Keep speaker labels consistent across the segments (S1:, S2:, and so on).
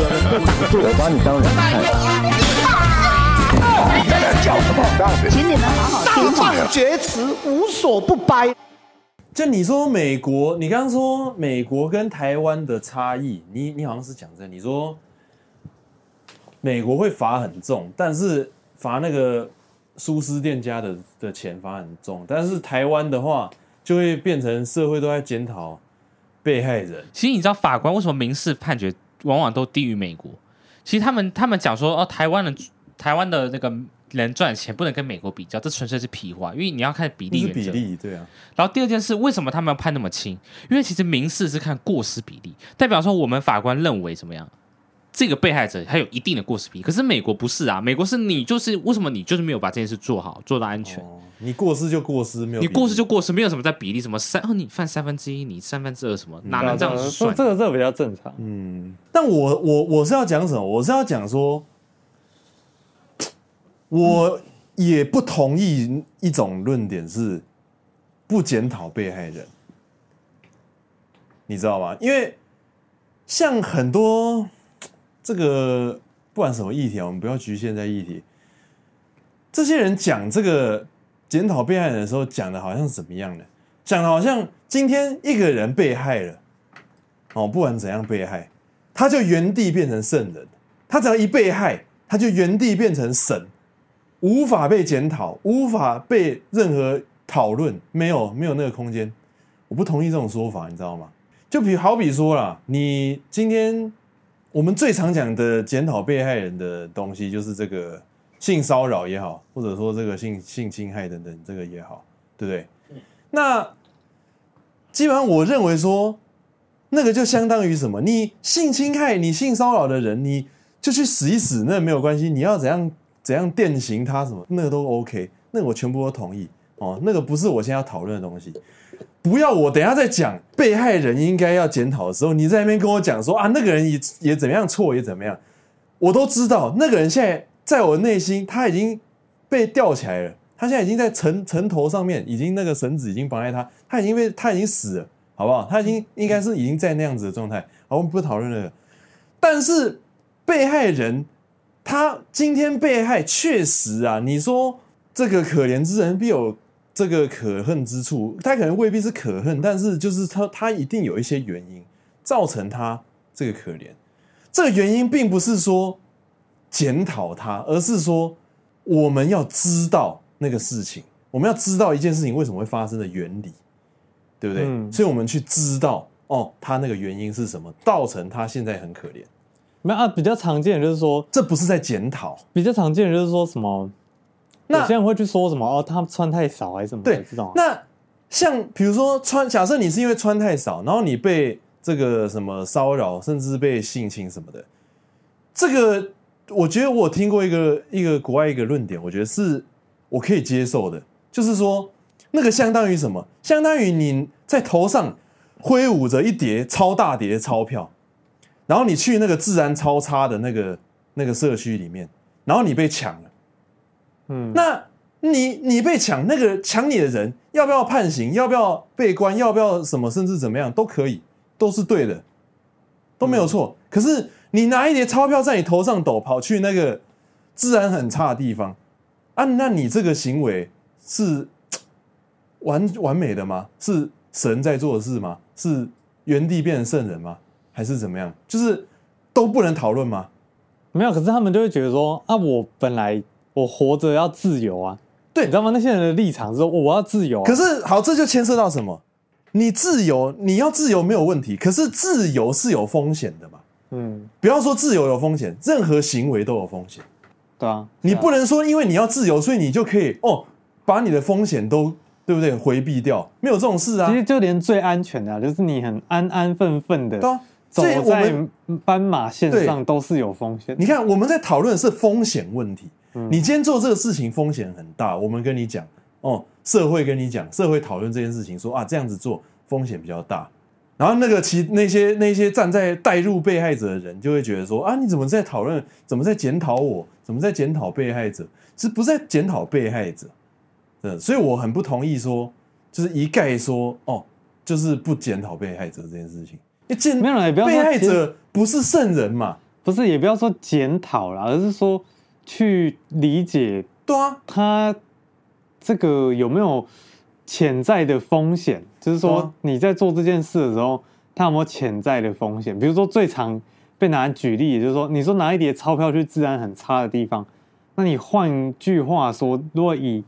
S1: 我把你当人看。
S2: 请你们好好听话。
S3: 厥词无所不掰。
S4: 就你说美国，你刚刚说美国跟台湾的差异，你你好像是讲这，你说美国会罚很重，但是罚那个舒适店家的的钱罚很重，但是台湾的话就会变成社会都在检讨被害人，
S5: 其实你知道法官为什么民事判决往往都低于美国？其实他们他们讲说哦，台湾的台湾的那个人赚的钱不能跟美国比较，这纯粹是屁话，因为你要看比
S4: 那
S5: 例
S4: 是
S5: 原
S4: 比
S5: 则。
S4: 例，对啊，
S5: 然后第二件事，为什么他们要判那么轻？因为其实民事是看过失比例，代表说我们法官认为怎么样，这个被害者他有一定的过失比例。可是美国不是啊，美国是你就是为什么你就是没有把这件事做好，做到安全。
S4: 哦，你过失就过失，没有
S5: 你
S4: 比
S5: 过失
S4: 例
S5: 就过失，没有什么在比例，什么三哦，你犯三分之一，你三分之二什么，哪能
S4: 啊
S5: 这样子
S6: 说
S5: 算？
S6: 这个这个比较正常。
S4: 但我我我是要讲什么？我是要讲说，我也不同意一种论点是不检讨被害人，你知道吗？因为像很多这个不管什么议题啊，我们不要局限在议题，这些人讲这个检讨被害人的时候，讲的好像是怎么样呢？讲的好像今天一个人被害了，哦，不管怎样被害，他就原地变成圣人。他只要一被害，他就原地变成神，无法被检讨，无法被任何讨论，没有没有那个空间。我不同意这种说法，你知道吗？就比好比说啦，你今天我们最常讲的检讨被害人的东西，就是这个性骚扰也好，或者说这个性性侵害等等，这个也好，对不对？那基本上我认为说，那个就相当于什么？你性侵害、你性骚扰的人，你就去死一死，那没有关系。你要怎样怎样电刑他什么，那个都 OK，那个我全部都同意哦。那个不是我现在要讨论的东西。不要我等一下再讲被害人应该要检讨的时候，你在那边跟我讲说啊，那个人也也怎么样错也怎么样，我都知道那个人现在在我内心他已经被吊起来了，他现在已经在城城头上面，已经那个绳子已经绑在他，他已经被他已经死了，好不好？他已经应该是已经在那样子的状态。好，我们不讨论了。但是被害人他今天被害，确实啊，你说这个可怜之人必有这个可恨之处，他可能未必是可恨，但是就是他他一定有一些原因造成他这个可怜。这个原因并不是说检讨他，而是说我们要知道那个事情，我们要知道一件事情为什么会发生的原理，对不对？
S6: 嗯
S4: 所以我们去知道哦，他那个原因是什么，造成他现在很可怜。
S6: 没有啊，比较常见的就是说，
S4: 这不是在检讨，
S6: 比较常见的就是说什么，
S4: 那
S6: 有些人会去说什么哦，他穿太少还是什么的
S4: 对
S6: 这种啊。
S4: 那像比如说穿，假设你是因为穿太少，然后你被这个什么骚扰，甚至被性侵什么的，这个我觉得我听过一个一个国外一个论点，我觉得是我可以接受的，就是说那个相当于什么？相当于你在头上挥舞着一叠超大叠的钞票，然后你去那个治安超差的那个那个社区里面，然后你被抢了。
S6: 嗯，
S4: 那你你被抢，那个抢你的人要不要判刑？要不要被关？要不要什么？甚至怎么样都可以，都是对的，都没有错。可是你拿一叠钞票在你头上抖，跑去那个治安很差的地方啊，那你这个行为是完完美的吗？是神在做的事吗？是原地变成圣人吗？还是怎么样？就是都不能讨论吗？
S6: 没有，可是他们就会觉得说啊，我本来我活着要自由啊，
S4: 对
S6: 你知道吗？那些人的立场是说我我要自由啊、
S4: 可是好，这就牵涉到什么？你自由，你要自由没有问题，可是自由是有风险的嘛？
S6: 嗯，
S4: 不要说自由有风险，任何行为都有风险。
S6: 对啊，
S4: 你不能说因为你要自由，所以你就可以哦，把你的风险都对不对回避掉？没有这种事啊
S6: 其，实就连最安全的、啊，就是你很安安分分的
S4: 对啊。
S6: 走
S4: 所以我
S6: 在
S4: 们
S6: 斑马线
S4: 对
S6: 上都是有风险的。
S4: 你看，我们在讨论的是风险问题。
S6: 嗯
S4: 你今天做这个事情风险很大，我们跟你讲哦，社会跟你讲，社会讨论这件事情说啊，这样子做风险比较大。然后那个其那些那些站在带入被害者的人就会觉得说啊，你怎么在讨论，怎么在检讨我，怎么在检讨被害者，其实不是在检讨被害者。嗯，所以我很不同意说，就是一概说哦，就是不检讨被害者这件事情。因为检
S6: 没有啦也不要说
S4: 被害
S6: 检
S4: 者不是圣人嘛，
S6: 不是也不要说检讨啦，而是说去理解
S4: 对啊，
S6: 他这个有没有潜在的风险？就是
S4: 对啊
S6: 说你在做这件事的时候，它有没有潜在的风险？比如说最常被拿来举例，也就是说你说拿一叠钞票去治安很差的地方，那你换句话说，如果以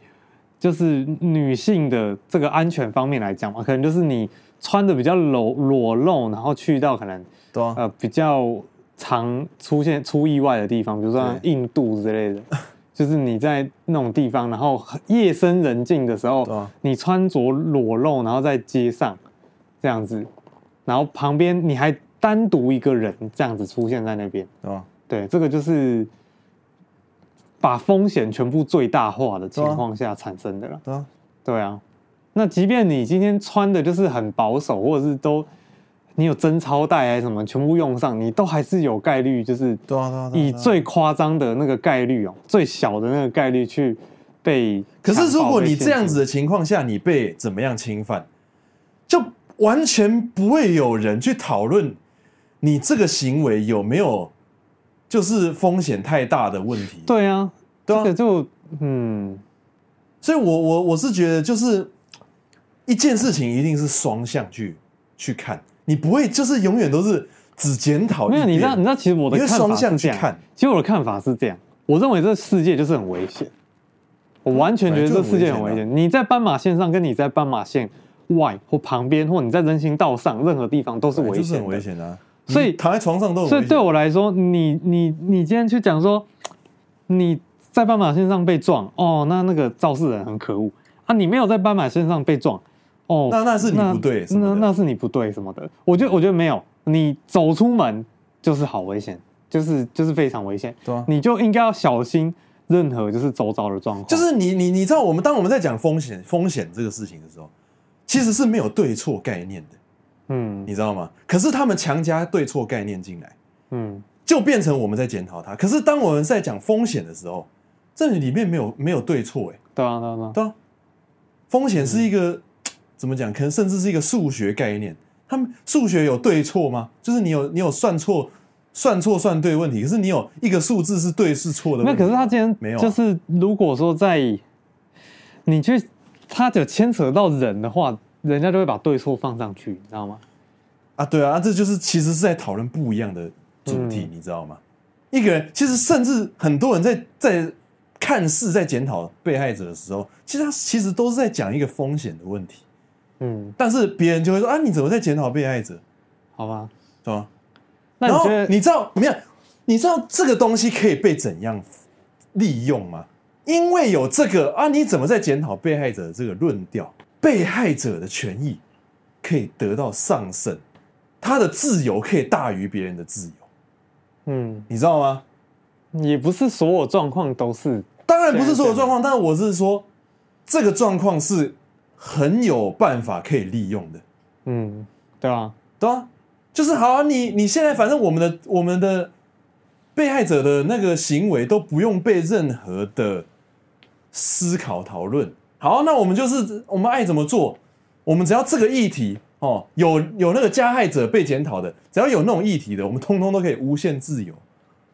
S6: 就是女性的这个安全方面来讲嘛，可能就是你穿的比较裸裸露，然后去到可能
S4: 对啊，
S6: 呃比较常出现出意外的地方，比如说像
S4: 对
S6: 印度之类的， 就是你在那种地方，然后很夜深人静的时候，
S4: 对啊
S6: 你穿着裸露，然后在街上这样子，然后旁边你还单独一个人这样子出现在那边，
S4: 对啊，
S6: 对，这个就是把风险全部最大化的情
S4: 对啊
S6: 况下产生的啦。
S4: 对啊，
S6: 对啊，那即便你今天穿的就是很保守，或者是都你有真超带还是什么，全部用上，你都还是有概率，就是
S4: 对啊，对啊，对啊
S6: 以最夸张的那个概率哦，最小的那个概率去被
S4: 可
S6: 强暴。
S4: 是如果
S6: 被
S4: 你
S6: 性
S4: 这样
S6: 侵
S4: 子，的情况下，你被怎么样侵犯，就完全不会有人去讨论你这个行为有没有就是风险太大的问题。
S6: 对啊，
S4: 对啊
S6: 这个就嗯，
S4: 所以我我我是觉得，就是一件事情一定是双向去去看，你不会就是永远都是只检讨一
S6: 没有，
S4: 边。
S6: 你知道，你知道，其实我的
S4: 因为
S6: 看法
S4: 双向
S6: 是
S4: 去
S6: 这样
S4: 看
S6: 其实我的看法是这样，我认为这世界就是很危险，我完全觉得这世界很
S4: 本
S6: 危
S4: 来就很危险啊
S6: 险。你在斑马线上，跟你在斑马线外或旁边，或你在人行道上，任何地方都是危
S4: 就
S6: 险，
S4: 是很危。险的啊。
S6: 所以
S4: 你躺在床上都很
S6: 所
S4: 危险。
S6: 以对我来说，你你你今天去讲说你在斑马线上被撞，哦，那那个肇事人很可恶啊！你没有在斑马线上被撞，哦，
S4: 那那是你不对什么
S6: 那
S4: 的
S6: 那是你不对什么的。我觉得我觉得没有，你走出门就是好危险，就是就是非常危险，
S4: 对啊
S6: 你就应该要小心任何就是周遭的状况，
S4: 就是你你你知道，我们当我们在讲风险风险这个事情的时候，其实是没有对错概念的，
S6: 嗯
S4: 你知道吗？可是他们强加对错概念进来，
S6: 嗯，
S4: 就变成我们在检讨它。可是当我们在讲风险的时候，这里面没有没有对错、欸，
S6: 对啊对啊对啊，
S4: 对啊，风险是一个、怎么讲？可能甚至是一个数学概念。他们数学有对错吗？就是你有你有算错、算错、算对问题，可是你有一个数字是对是错的
S6: 那
S4: 问题
S6: 可
S4: 吗。
S6: 是他今
S4: 没
S6: 天
S4: 有啊
S6: 就是如果说在你去，他有牵扯到人的话，人家就会把对错放上去，你知道吗？
S4: 啊，对啊，这就是其实是在讨论不一样的主题，
S6: 嗯
S4: 你知道吗？一个人其实甚至很多人在在看似在检讨被害者的时候，其实他其实都是在讲一个风险的问题，
S6: 嗯，
S4: 但是别人就会说啊，你怎么在检讨被害者，
S6: 好吧。
S4: 对吧？
S6: 那
S4: 然
S6: 你
S4: 后
S6: 觉得
S4: 你知道怎么样？你知道这个东西可以被怎样利用吗？因为有这个啊，你怎么在检讨被害者的这个论调？被害者的权益可以得到上升，他的自由可以大于别人的自由，
S6: 嗯，
S4: 你知道吗？
S6: 也不是所有状况都是
S4: 当然不是所有状况，
S6: 啊
S4: 但我是说，这个状况是很有办法可以利用的。
S6: 嗯，对吧？
S4: 对啊，就是好啊，你你现在反正我们的我们的被害者的那个行为都不用被任何的思考讨论。好，那我们就是我们爱怎么做，我们只要这个议题哦，有有那个加害者被检讨的，只要有那种议题的，我们通通都可以无限自由，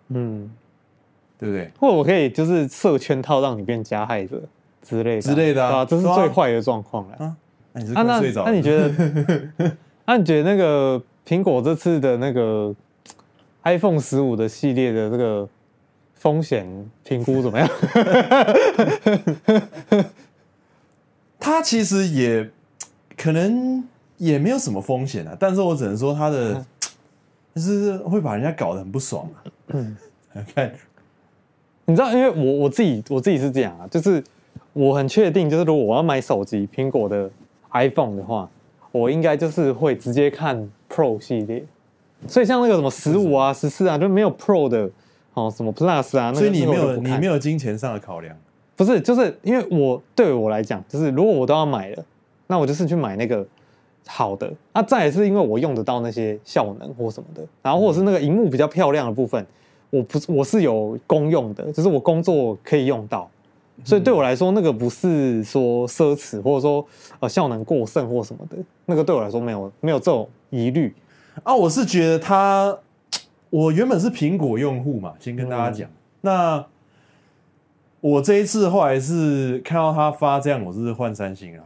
S6: 嗯，
S4: 对不对？
S6: 或者我可以就是设圈套让你变加害者之类的
S4: 之类的啊
S6: 对吧？这是
S4: 对啊
S6: 最坏的状况了。
S4: 啊那你是
S6: 啊，
S4: 快
S6: 那
S4: 睡着了、
S6: 那你觉得？ 那你觉得那个苹果这次的那个 iPhone 十五的系列的这个风险评估怎么 样？
S4: 它其实也可能也没有什么风险啊，但是我只能说它的
S6: 嗯
S4: 就是会把人家搞得很不爽啊。
S6: 嗯
S4: 看，
S6: 你知道，因为我我自己我自己是这样啊，就是我很确定，就是如果我要买手机苹果的 iPhone 的话，我应该就是会直接看 Pro 系列。所以像那个什么十五啊、十四啊，就没有 Pro 的哦，什么 Plus 啊，那个
S4: 所以你没
S6: 那个我
S4: 有
S6: 就不
S4: 你
S6: 看
S4: 没有金钱上的考量，
S6: 不是，就是因为我对我来讲，就是如果我都要买了，那我就是去买那个好的。啊，再也是因为我用得到那些效能或什么的，然后或者是那个荧幕比较漂亮的部分，我不是我是有公用的，就是我工作可以用到，所以对我来说，那个不是说奢侈，或者说呃效能过剩或什么的，那个对我来说没有没有这种疑虑。
S4: 啊，我是觉得他，我原本是苹果用户嘛，先跟大家
S6: 嗯
S4: 讲。那我这一次后来是看到他发这样，我是换三星啊。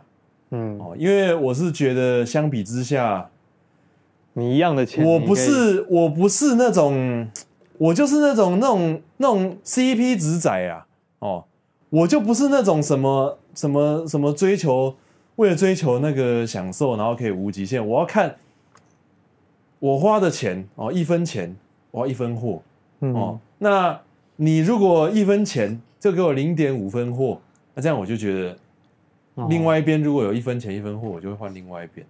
S6: 嗯，
S4: 哦，因为我是觉得相比之下，
S6: 你一样的钱，
S4: 我
S6: 你
S4: 不
S6: 可以
S4: 是我不是那种，我就是那种那种那种 CP 值仔啊，哦，我就不是那种什么什么什么追求，为了追求那个享受，然后可以无极限，我要看我花的钱哦，一分钱我要一分货哦，
S6: 嗯，
S4: 那你如果一分钱就给我零点五分货，那这样我就觉得。
S6: 哦
S4: 另外一边如果有一分钱一分货，我就会换另外一边。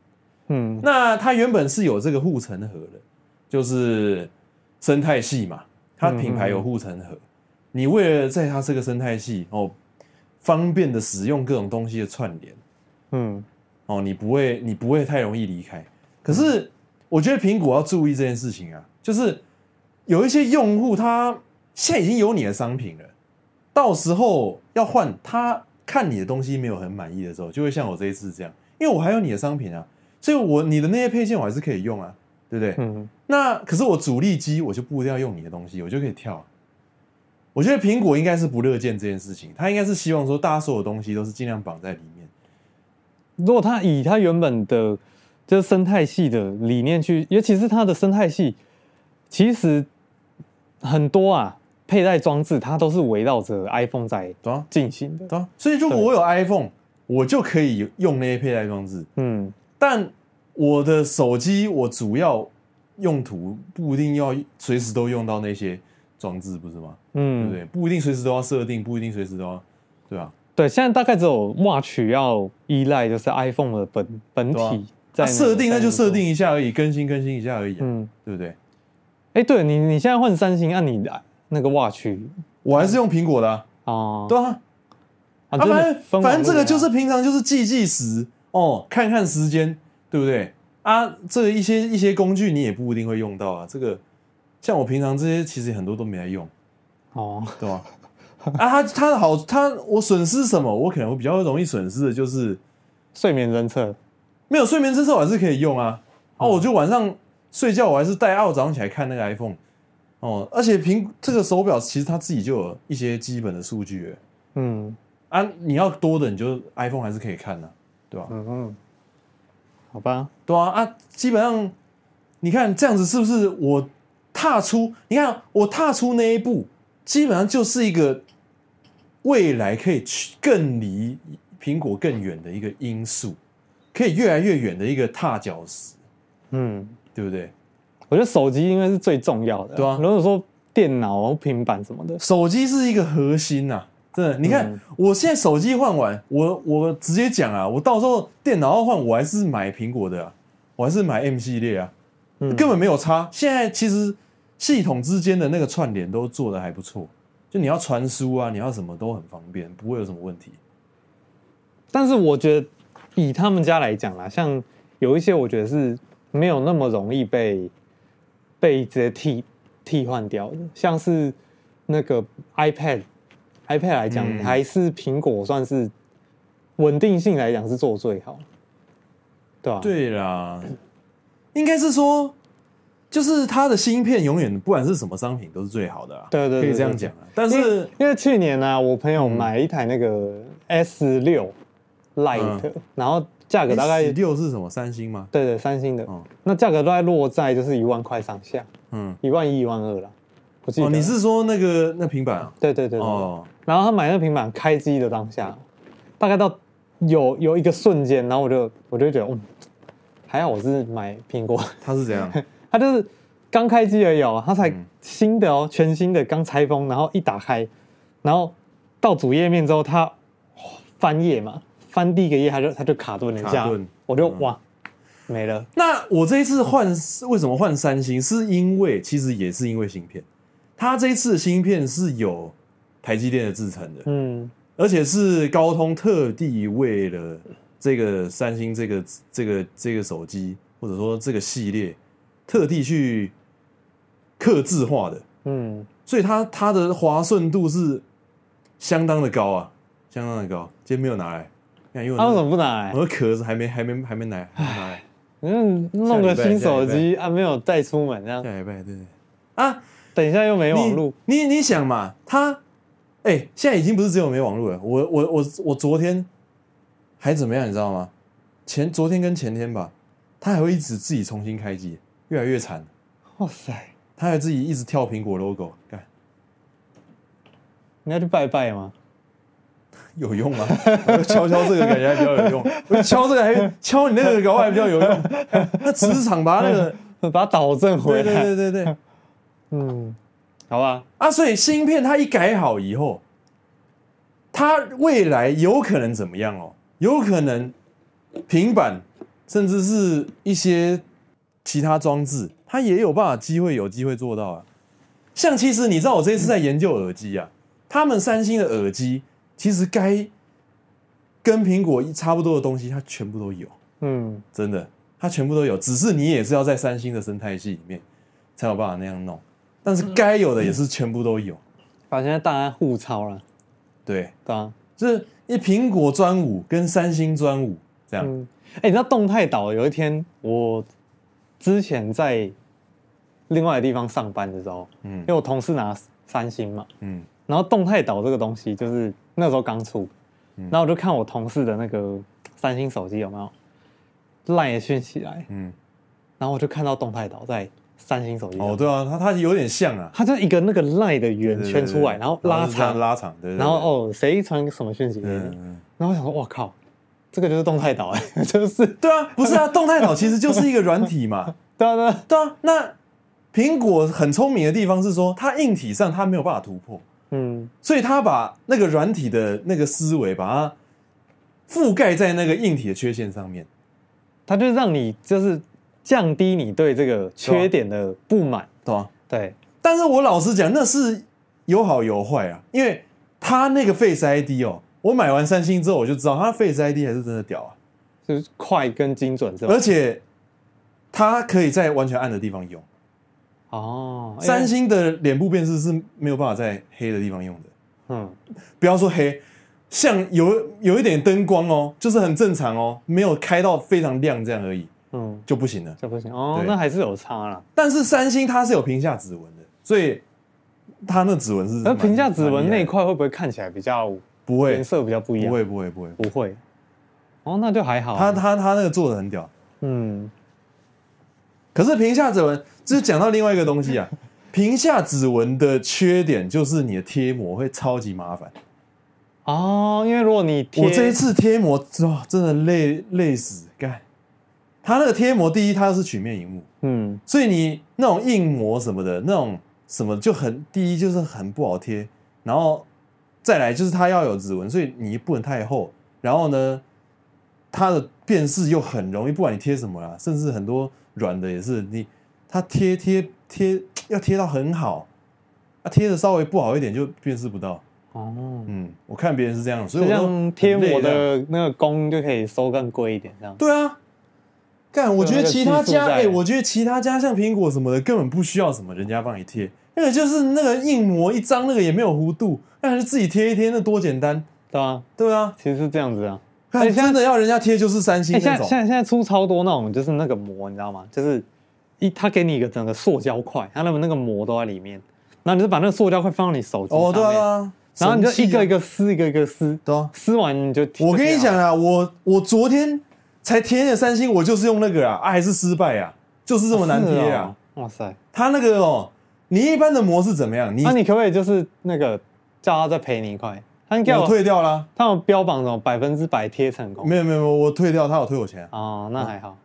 S6: 嗯，
S4: 那它原本是有这个护城河的，就是生态系嘛，它品牌有护城河。你为了在它这个生态系哦，方便的使用各种东西的串联
S6: 嗯
S4: 哦，你不会你不会太容易离开。可是我觉得苹果要注意这件事情啊，就是有一些用户他现在已经有你的商品了，到时候要换他看你的东西没有很满意的时候，就会像我这一次这样，因为我还有你的商品啊，所以我你的那些配件我还是可以用啊，对不对？
S6: 嗯
S4: 那可是我主力机我就不一定要用你的东西，我就可以跳啊、我觉得苹果应该是不乐见这件事情，他应该是希望说大家所有东西都是尽量绑在里面。
S6: 如果它以它原本的就是生态系的理念去，尤其是它的生态系，其实很多啊佩戴装置它都是围绕着 iPhone 在
S4: 懂吗
S6: 进行的。
S4: 对啊，所以如果
S6: 对
S4: 我有 iPhone，我就可以用那些佩戴装置，
S6: 嗯
S4: 但我的手机我主要用途不一定要随时都用到那些装置，不是吗？对
S6: 嗯，
S4: 不对？不一定随时都要设定，不一定随时都要，对啊吧、
S6: 对，现在大概只有 Watch 要依赖就是 iPhone 的本本
S4: 对啊
S6: 体
S4: 啊？
S6: 在那个
S4: 设定那
S6: 在
S4: 就
S6: 运作
S4: 设定。一下而已，更新更新一下而已啊、
S6: 嗯，
S4: 对不对？
S6: 哎，对你你现在换三星，按、你的啊那个 Watch
S4: 我还是用苹果的、啊，
S6: 哦
S4: 对啊，啊，
S6: 啊就是
S4: 反正
S6: 分
S4: 反正这
S6: 网络
S4: 个
S6: 啊
S4: 就是平常就是记计时哦，看看时间，对不对？啊，这一些一些工具你也不一定会用到啊。这个像我平常这些其实很多都没在用，
S6: 哦，
S4: 对 吧？啊，它它的好，它我损失什么？我可能会比较容易损失的就是
S6: 睡眠侦测，
S4: 没有睡眠侦测，我还是可以用啊。啊，
S6: 嗯
S4: 我就晚上睡觉我还是戴，啊，我早上起来看那个 iPhone。哦，而且苹这个手表其实它自己就有一些基本的数据了
S6: 嗯
S4: 啊，你要多的你就 iPhone 还是可以看的、啊对吧？
S6: 嗯嗯，好吧，
S4: 对啊啊，基本上你看这样子是不是我踏出？你看我踏出那一步，基本上就是一个未来可以去更离苹果更远的一个因素，可以越来越远的一个踏脚石，
S6: 嗯，
S4: 对不对？
S6: 我觉得手机应该是最重要的，
S4: 对啊
S6: 如果说电脑、平板什么的，
S4: 手机是一个核心呐、真的。你看、
S6: 嗯
S4: 我现在手机换完，我我直接讲啊，我到时候电脑要换，我还是买苹果的、啊，我还是买 M 系列啊。
S6: 嗯
S4: 根本没有差。现在其实系统之间的那个串联都做的还不错，就你要传输啊，你要什么都很方便，不会有什么问题。
S6: 但是我觉得以他们家来讲啦，像有一些我觉得是没有那么容易被被直接替替换掉的，像是那个 iPad。iPad 来讲，
S4: 嗯
S6: 还是苹果算是稳定性来讲是做得最好，对吧、，啊
S4: 对啦，应该是说，就是它的芯片永远不管是什么商品都是最好的啦。
S6: 对对对
S4: 可以这样
S6: 对对
S4: 讲啊。但是
S6: 因为去年呢、啊我朋友买一台那个 S 六 Lite，、
S4: 嗯
S6: 然后价格大概
S4: 六是什么？三星吗？
S6: 对对三星的，
S4: 哦
S6: 那价格大概落在就是一万块上下，
S4: 嗯，
S6: 一万一、一万二啦。我记得、
S4: 哦，你是说那个那平板啊？
S6: 对对对对
S4: 哦，
S6: 然后他买那个平板开机的当下，大概到有有一个瞬间，然后我就我就觉得，嗯，还好我是买苹果，
S4: 它是怎 样？
S6: 它就是刚开机而已哦，它才
S4: 嗯
S6: 新的哦，全新的刚拆封，然后一打开，然后到主页面之后，它哦翻页嘛，翻第一个页，它就它就卡顿了一
S4: 卡
S6: 下
S4: 顿，
S6: 我就、
S4: 嗯
S6: 哇没了，
S4: 那我这一次换为什么换三星？是因为其实也是因为芯片，它这一次的芯片是有台积电的制成的，
S6: 嗯
S4: 而且是高通特地为了这个三星这个这个这个手机或者说这个系列，特地去刻制化的，
S6: 嗯
S4: 所以它它的滑顺度是相当的高啊，相当的高。今天没有拿来，看因为
S6: 他为什
S4: 我
S6: 啊么不拿来
S4: 那？我的壳子还没还没还没拿来，还没拿来。
S6: 嗯，弄个
S4: 下礼拜
S6: 新手机啊，没有带出门这样
S4: 下。礼拜对。啊，
S6: 等一下又没网
S4: 你
S6: 路，
S4: 你你想嘛，他哎、现在已经不是只有没网路了，我我我我昨天还怎么样，你知道吗？前昨天跟前天吧，他还会一直自己重新开机，越来越惨，
S6: 哇塞，
S4: 他还自己一直跳苹果 logo，干
S6: 你要去拜拜吗？
S4: 有用吗？ 我就敲敲这个感觉还比较有用， 我就敲这个还敲你那个搞不好还比较有用， 那磁场把它那个，
S6: 把它导正 回
S4: 对
S6: 来。
S4: 对对对对。
S6: 嗯，好吧，
S4: 啊，所以芯片它一改好以后，它未来有可能怎么样哦？有可能平板，甚至是一些其他装置，它也有办法机会有机会做到啊。像其实你知道我这一次在研究耳机啊，他们三星的耳机其实该跟苹果一差不多的东西，它全部都有。
S6: 嗯，
S4: 真的，它全部都有，只是你也是要在三星的生态系里面才有办法那样弄，但是该有的也是全部都有，
S6: 反正现在大家互抄了，
S4: 对，
S6: 对啊，
S4: 就是一苹果专五跟三星专五这样，
S6: 嗯，哎、你知道动态岛有一天我之前在另外的地方上班的时候，
S4: 嗯
S6: 因为我同事拿三星嘛，
S4: 嗯
S6: 然后动态岛这个东西就是那时候刚出，
S4: 嗯
S6: 然后我就看我同事的那个三星手机有没有烂也讯起来，
S4: 嗯，
S6: 然后我就看到动态岛在三星手机上，
S4: 哦，对啊，它它有点像啊，
S6: 它就一个那个赖的圆圈出来，
S4: 对对对
S6: 然后拉
S4: 就是这样
S6: 长，
S4: 拉长，对，对
S6: 然后，哦，谁传什么讯息给
S4: 对
S6: 你？
S4: 嗯嗯嗯，
S6: 然后我想说，哇靠，这个就是动态岛， 哎就是
S4: 对啊，不是啊，动态岛其实就是一个软体嘛，
S6: 对啊对啊，
S4: 对啊，那苹果很聪明的地方是说，它硬体上它没有办法突破，
S6: 嗯
S4: 所以他把那个软体的那个思维，把它覆盖在那个硬体的缺陷上面。
S6: 它就是让你就是降低你对这个缺点的不满，
S4: 懂吗？
S6: 对，
S4: 但是我老实讲，那是有好有坏啊，因为他那个 Face ID 哦，我买完三星之后我就知道，他 Face ID 还是真的屌啊，
S6: 就是快跟精准是吧
S4: 而？且它可以在完全暗的地方用，
S6: 哦，哎
S4: 三，星的脸部辨识是没有办法在黑的地方用的。
S6: 嗯，
S4: 不要说黑，像有有一点灯光哦，就是很正常哦，没有开到非常亮这样而已
S6: 嗯，
S4: 就不行了。
S6: 这不行哦，
S4: 对
S6: 那还是有差啦。
S4: 但是三星它是有屏下指纹的，所以它那指纹是
S6: 那
S4: 蛮
S6: 评价指纹那一
S4: 蛮厉害的
S6: 块会不会看起来比较
S4: 不会
S6: 颜色比较不一样？
S4: 不会不会不会，
S6: 不会，哦，那就还好。
S4: 它它它那个做的很屌。
S6: 嗯，
S4: 可是屏下指纹，就是讲到另外一个东西啊， 屏下指纹的缺点就是你的贴膜会超级麻烦。
S6: 哦，因为如果你贴
S4: 我这一次贴膜哇，真的累累死，干。它那个贴膜，第一它是曲面荧幕，
S6: 嗯
S4: 所以你那种硬膜什么的，那种什么就很第一就是很不好贴，然后再来就是它要有指纹，所以你不能太厚。然后呢，它的辨识又很容易，不管你贴什么啦，甚至很多软的也是你它贴贴贴要贴到很好，啊贴的稍微不好一点就辨识不到。
S6: 哦，
S4: 嗯，我看别人是这样，所以
S6: 就
S4: 我都
S6: 像贴
S4: 很累
S6: 膜
S4: 这样
S6: 的那个工就可以收更贵一点这样。
S4: 对啊，干，我觉得其他
S6: 技术
S4: 家，
S6: 在
S4: 哎、我觉得其他家像苹果什么的，根本不需要什么人家帮你贴，那个就是那个硬膜一张，那个也没有弧度，那还是自己贴一贴，那多简单，
S6: 对啊，
S4: 对啊。
S6: 其实是这样子啊。
S4: 哎、真的要人家贴就是三星那
S6: 哎、现在
S4: 种，
S6: 现在现在出超多那种，就是那个膜，你知道吗？就是一，它给你一个整个塑胶块，它那个那个膜都在里面，然后你就把那个塑胶块放到你手机上面，
S4: 哦，对啊，
S6: 然后你就
S4: 神器啊
S6: 一个一，个撕，一个一个撕，
S4: 对啊。
S6: 撕完你就
S4: 我跟你讲
S6: 啊，
S4: 啊，我我昨天才贴了三星，我就是用那个啊，啊还是失败啊，就是这么难贴
S6: 是
S4: 啊
S6: 哦。哇塞，
S4: 它那个哦，你一般的膜是怎么样？你,、
S6: 那、啊你可不可以就是那个叫他再赔你一块？他应该
S4: 我
S6: 有
S4: 退掉啦、
S6: 他有标榜什么百分之百贴成功？
S4: 没有没有没有，我退掉，他有退我钱啊。
S6: 哦，那还好，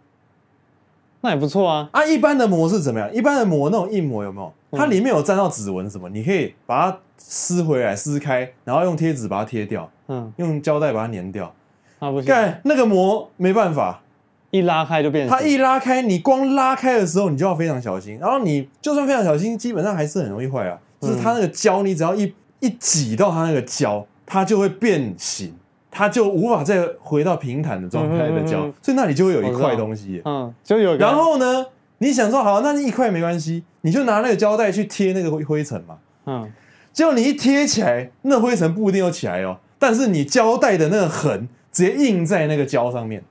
S6: 那也不错啊。
S4: 啊，一般的膜是怎么样？一般的膜那种硬膜有没有？
S6: 嗯
S4: 它里面有沾到指纹什么？你可以把它撕回来、撕开，然后用贴纸把它贴掉，
S6: 嗯，
S4: 用胶带把它粘掉。
S6: 那不行，
S4: 干那个膜没办法，
S6: 一拉开就变成
S4: 它一拉开，你光拉开的时候你就要非常小心。然后你就算非常小心，基本上还是很容易坏啊。
S6: 嗯
S4: 就是它那个胶，你只要一一挤到它那个胶，它就会变形，它就无法再回到平坦的状态的胶，
S6: 嗯嗯嗯嗯
S4: 所以那里就会有一
S6: 我知道
S4: 块东西耶。
S6: 嗯，就有一个
S4: 然后呢，你想说好，那一块没关系，你就拿那个胶带去贴那个灰灰尘嘛。
S6: 嗯，
S4: 结果你一贴起来，那灰尘不一定有起来哦，但是你胶带的那个痕直接印在那个胶上面，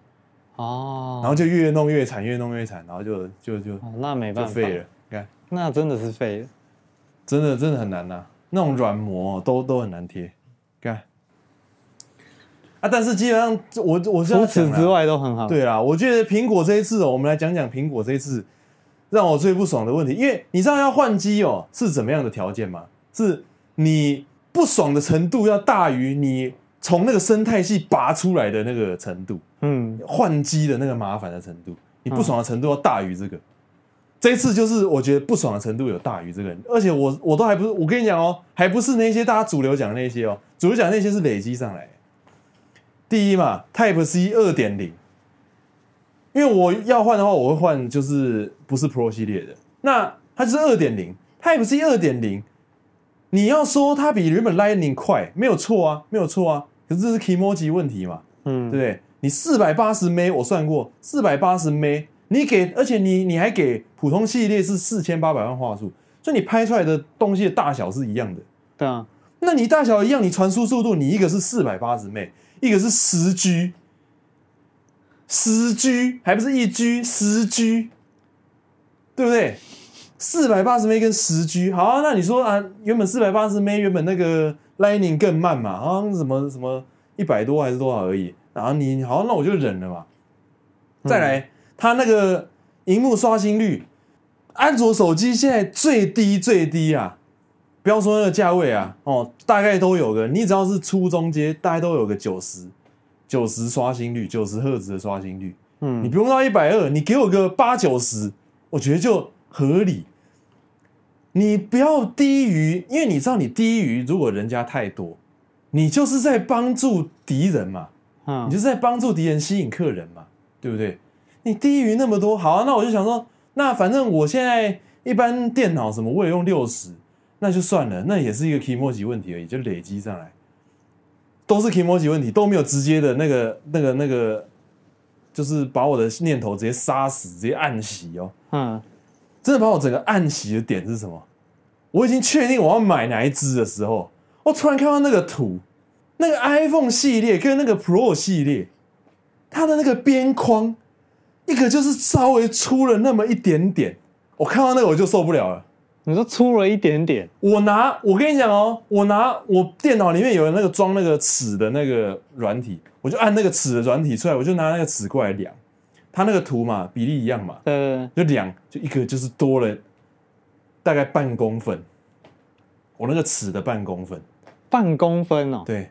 S6: 哦，
S4: 然后就越弄越惨，越弄越惨，然后就就就
S6: 哦那没
S4: 就
S6: 办法，
S4: 废了。你看，
S6: 那真的是废了。
S4: 真的真的很难呐、那种软膜都都很难贴，看啊，但是基本上我我是要
S6: 除此
S4: 讲啦
S6: 之外都很好。，
S4: 对啦，我觉得苹果这一次、哦，我们来讲讲苹果这一次让我最不爽的问题，因为你知道要换机哦是怎么样的条件吗？是你不爽的程度要大于你从那个生态系拔出来的那个程度，
S6: 嗯，
S4: 换机的那个麻烦的程度，你不爽的程度要大于这个。这一次就是我觉得不爽的程度有大于这个，而且我我都还不是，我跟你讲哦，还不是那些大家主流讲的那些哦，主流讲的那些是累积上来的。第一嘛，Type C 二点零，因为我要换的话，我会换就是不是 Pro 系列的，那它就是二点零 Type C 二点零。你要说它比原本 Lightning 快，没有错啊，没有错啊，可是这是 Kimoji 问题嘛，
S6: 嗯
S4: 对不对？你四百八十 m 我算过，四百八十 m 你给，而且你你还给普通系列是四千八百万画素，所以你拍出来的东西的大小是一样的。
S6: 对啊，
S4: 那你大小一样，你传输速度，你一个是四百八十 m 一个是十 G，十 G 还不是一 G，十 G，对不对？四百八十 m 跟十 G，好、啊，那你说啊，原本四百八十 m 原本那个 Lightning 更慢嘛，好像什么什么一百多还是多少而已，然后你好、那我就忍了嘛。再来，它那个荧幕刷新率，安卓手机现在最低最低啊，不要说那个价位啊，哦，大概都有个，你只要是初中阶，大概都有个九十，九十刷新率，九十赫兹的刷新率，你
S6: 嗯，
S4: 不用到一百二，你给我个八九十，我觉得就合理。你不要低于，因为你知道你低于，如果人家太多，你就是在帮助敌人嘛，
S6: 嗯
S4: 你就是在帮助敌人吸引客人嘛，对不对？你低于那么多，好、啊，那我就想说，那反正我现在一般电脑什么我也用六十，那就算了，那也是一个 key 级问题而已，就累积上来，都是 key 级问题，都没有直接的那个那个那个，就是把我的念头直接杀死，直接暗袭哦，
S6: 嗯，
S4: 真的把我整个暗袭的点是什么？我已经确定我要买哪一只的时候，我突然看到那个图，那个 iPhone 系列跟那个 Pro 系列，它的那个边框，一个就是稍微粗了那么一点点，我看到那个我就受不了了。
S6: 你说粗了一点点，
S4: 我拿，我跟你讲哦，我拿我电脑里面有那个装那个尺的那个软体，我就按那个尺的软体出来，我就拿那个尺过来量，它那个图嘛，比例一样嘛，
S6: 对对对，
S4: 就两就一个就是多了大概半公分，我那个尺的半公分，
S6: 半公分哦，
S4: 对，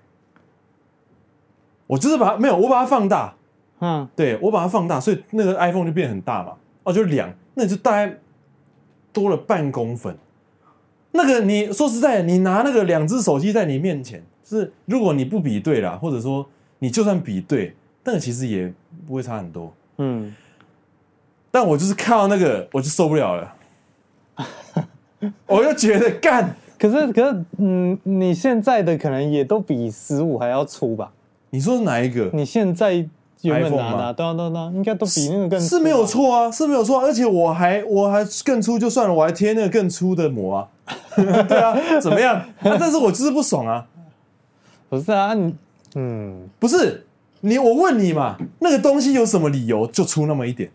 S4: 我就是把它没有，我把它放大，
S6: 嗯，
S4: 对我把它放大，所以那个 iPhone 就变很大嘛，哦，就两，那就大概多了半公分。那个你说实在的，你拿那个两只手机在你面前，就是如果你不比对啦，或者说你就算比对，那个其实也不会差很多。
S6: 嗯，
S4: 但我就是看到那个，我就受不了了，我就觉得干，
S6: 可是可是，嗯，你现在的可能也都比十五还要粗吧？
S4: 你说是哪一个？
S6: 你现在原本
S4: iPhone
S6: 拿
S4: 吗
S6: 的啊，对啊对啊对啊，应该都比那个更粗
S4: 是没
S6: 吧
S4: 有，错啊，是没有错啊、而且我还我还更粗就算了，我还贴那个更粗的膜啊， 对啊，怎么样？啊、但是我就是不爽啊，
S6: 不是啊，你嗯，
S4: 不是你，我问你嘛，那个东西有什么理由就出那么一点？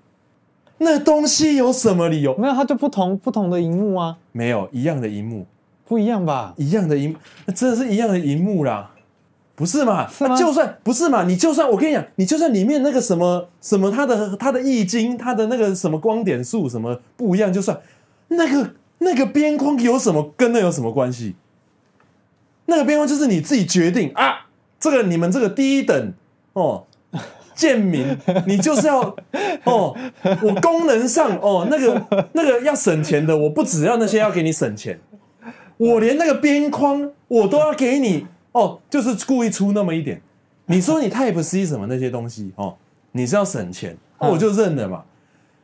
S4: 那个东西有什么理由？
S6: 没有，它就不同不同的荧幕啊，
S4: 没有一样的荧幕，
S6: 不一样吧？
S4: 一样的荧，那真的是一样的荧幕啦，不是嘛？
S6: 吗
S4: 那就算不是嘛，你就算我跟你讲，你就算里面那个什么什么它的它的易经，它的那个什么光点数什么不一样，就算那个那个边框有什么跟那有什么关系？那个边框就是你自己决定啊，这个你们这个低等哦。贱民，你就是要哦，我功能上哦，那个那个要省钱的，我不只要那些要给你省钱，我连那个边框我都要给你哦，就是故意出那么一点。你说你 Type C 什么那些东西哦，你是要省钱，哦、我就认了嘛。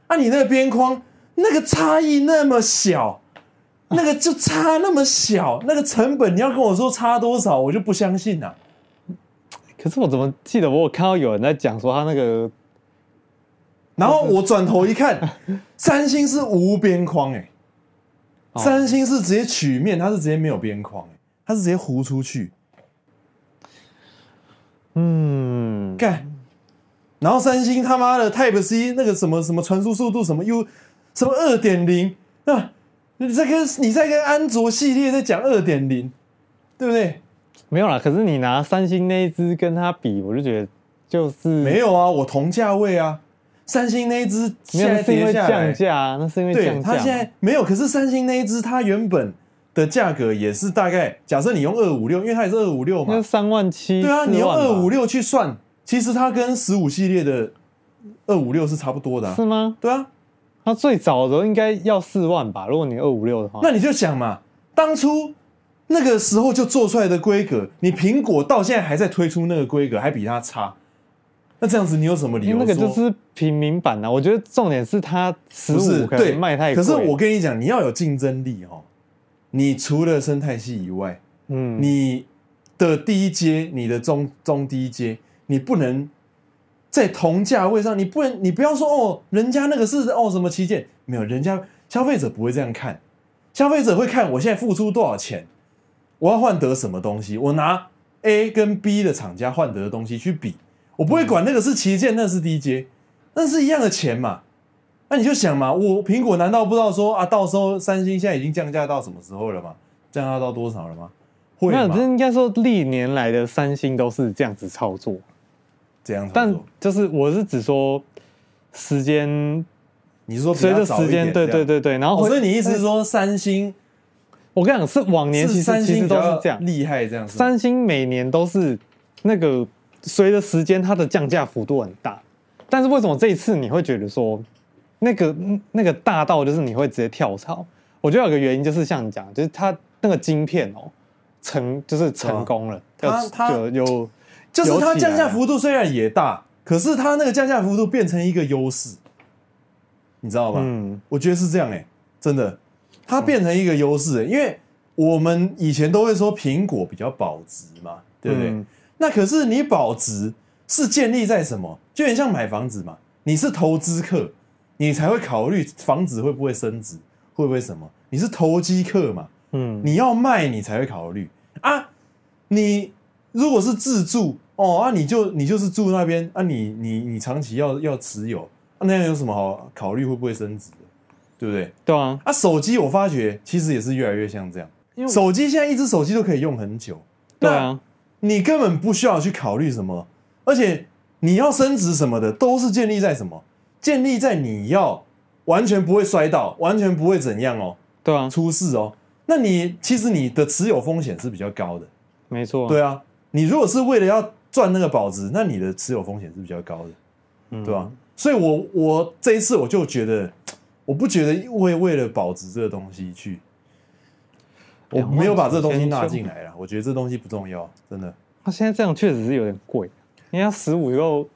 S4: 啊，你那个边框那个差异那么小，那个就差那么小，那个成本你要跟我说差多少，我就不相信啊呐、
S6: 可是我怎么记得我有看到有人在讲说它那个
S4: 然后我转头一看，三星是无边框哎、
S6: 哦
S4: 三星是直接曲面，它是直接没有边框、欸，它是直接糊出去。
S6: 嗯，
S4: 干。然后三星他妈的 Type C 那个什么什么传输速度什么 U 什么二点零，那啊你在跟你在跟安卓系列在讲二点零，对不对？
S6: 没有啦，可是你拿三星那一只跟它比，我就觉得就是
S4: 没有啊，我同价位啊，三星那一只
S6: 没
S4: 现
S6: 有，
S4: 在
S6: 那是因
S4: 跌
S6: 为
S4: 下来
S6: 降，价啊，那是因为
S4: 对，
S6: 降价
S4: 它
S6: 嘛。
S4: 现在没有。可是三星那一只，它原本的价格也是大概，假设你用二五六，因为它也是二五六
S6: 那
S4: 嘛，
S6: 三万七，
S4: 对啊，
S6: 4
S4: 你用
S6: 万吧
S4: 二五六去算，其实它跟十五系列的二五六是差不多的、啊
S6: 是，吗？
S4: 对啊。
S6: 它最早的时候应该要四万吧？如果你二五六的话，
S4: 那你就想嘛，当初那个时候就做出来的规格，你苹果到现在还在推出那个规格，还比它差，那这样子你有什么理由
S6: 哎因为那
S4: 说？
S6: 个就是平民版啊。我觉得重点是它十
S4: 不是
S6: 五可
S4: 对
S6: 能卖太
S4: 可
S6: 贵，
S4: 是我跟你讲，你要有竞争力哦。你除了生态系以外，
S6: 嗯，
S4: 你的第一阶、你的中中低阶，你不能在同价位上，你不能，你不要说哦，人家那个是哦什么哦旗舰，没有，人家消费者不会这样看，消费者会看我现在付出多少钱，我要换得什么东西，我拿 A 跟 B 的厂家换得的东西去比，我不会管那个是旗舰，那是低阶，那是一样的钱嘛。那你就想嘛，我苹果难道不知道说啊，到时候三星现在已经降价到什么时候了吗？降价到多少了吗？会
S6: 没有，
S4: 吗
S6: 这？应该说历年来的三星都是这样子操作，
S4: 这样操
S6: 但
S4: 作，
S6: 就是我是只说时间
S4: 你是说比较
S6: 随着
S4: 早一
S6: 时
S4: 点这
S6: 间，对
S4: 样
S6: 对对对，然后
S4: 哦，
S6: 会
S4: 所以你意思是说三星
S6: 我跟你讲是往年其
S4: 是
S6: 实
S4: 三
S6: 其
S4: 星
S6: 实
S4: 比
S6: 都
S4: 较
S6: 是这样，
S4: 厉害这样子吗？
S6: 三星每年都是那个随着时间它的降价幅度很大，但是为什么这一次你会觉得说那个那个大到就是你会直接跳槽？我觉得有个原因就是像你讲，就是它那个晶片哦成就是成功了，
S4: 对啊
S6: 有
S4: 它它
S6: 有有
S4: 就是它降价
S6: 度
S4: 幅度虽然也大，可是它那个降价幅度变成一个优势，你知道吗？
S6: 嗯
S4: 我觉得是这样哎、真的，它变成一个优势、欸，因为我们以前都会说苹果比较保值嘛，对不对？
S6: 嗯
S4: 那可是你保值是建立在什么？就很像买房子嘛，你是投资客，你才会考虑房子会不会升值，会不会什么？你是投机客嘛，
S6: 嗯
S4: 你要卖你才会考虑啊。你如果是自住哦，啊你就你就是住那边啊你，你你长期要要持有、啊，那样有什么好考虑会不会升值的，对不对？
S6: 对啊，
S4: 啊，手机我发觉其实也是越来越像这样，
S6: 因为
S4: 手机现在一只手机都可以用很久，
S6: 对啊，
S4: 你根本不需要去考虑什么，而且你要升值什么的，都是建立在什么？建立在你要完全不会摔倒，完全不会怎样哦，
S6: 对啊，
S4: 出事哦。那你其实你的持有风险是比较高的，
S6: 没错，
S4: 对啊。你如果是为了要赚那个保值，那你的持有风险是比较高的，
S6: 嗯
S4: 对吧、所以我我这一次我就觉得，我不觉得为为了保值这个东西去，我
S6: 两万
S4: 没有把这个东西
S6: 九千
S4: 纳
S6: 九
S4: 进来了。我觉得这东西不重要，真的。
S6: 它现在这样确实是有点贵，人家十五又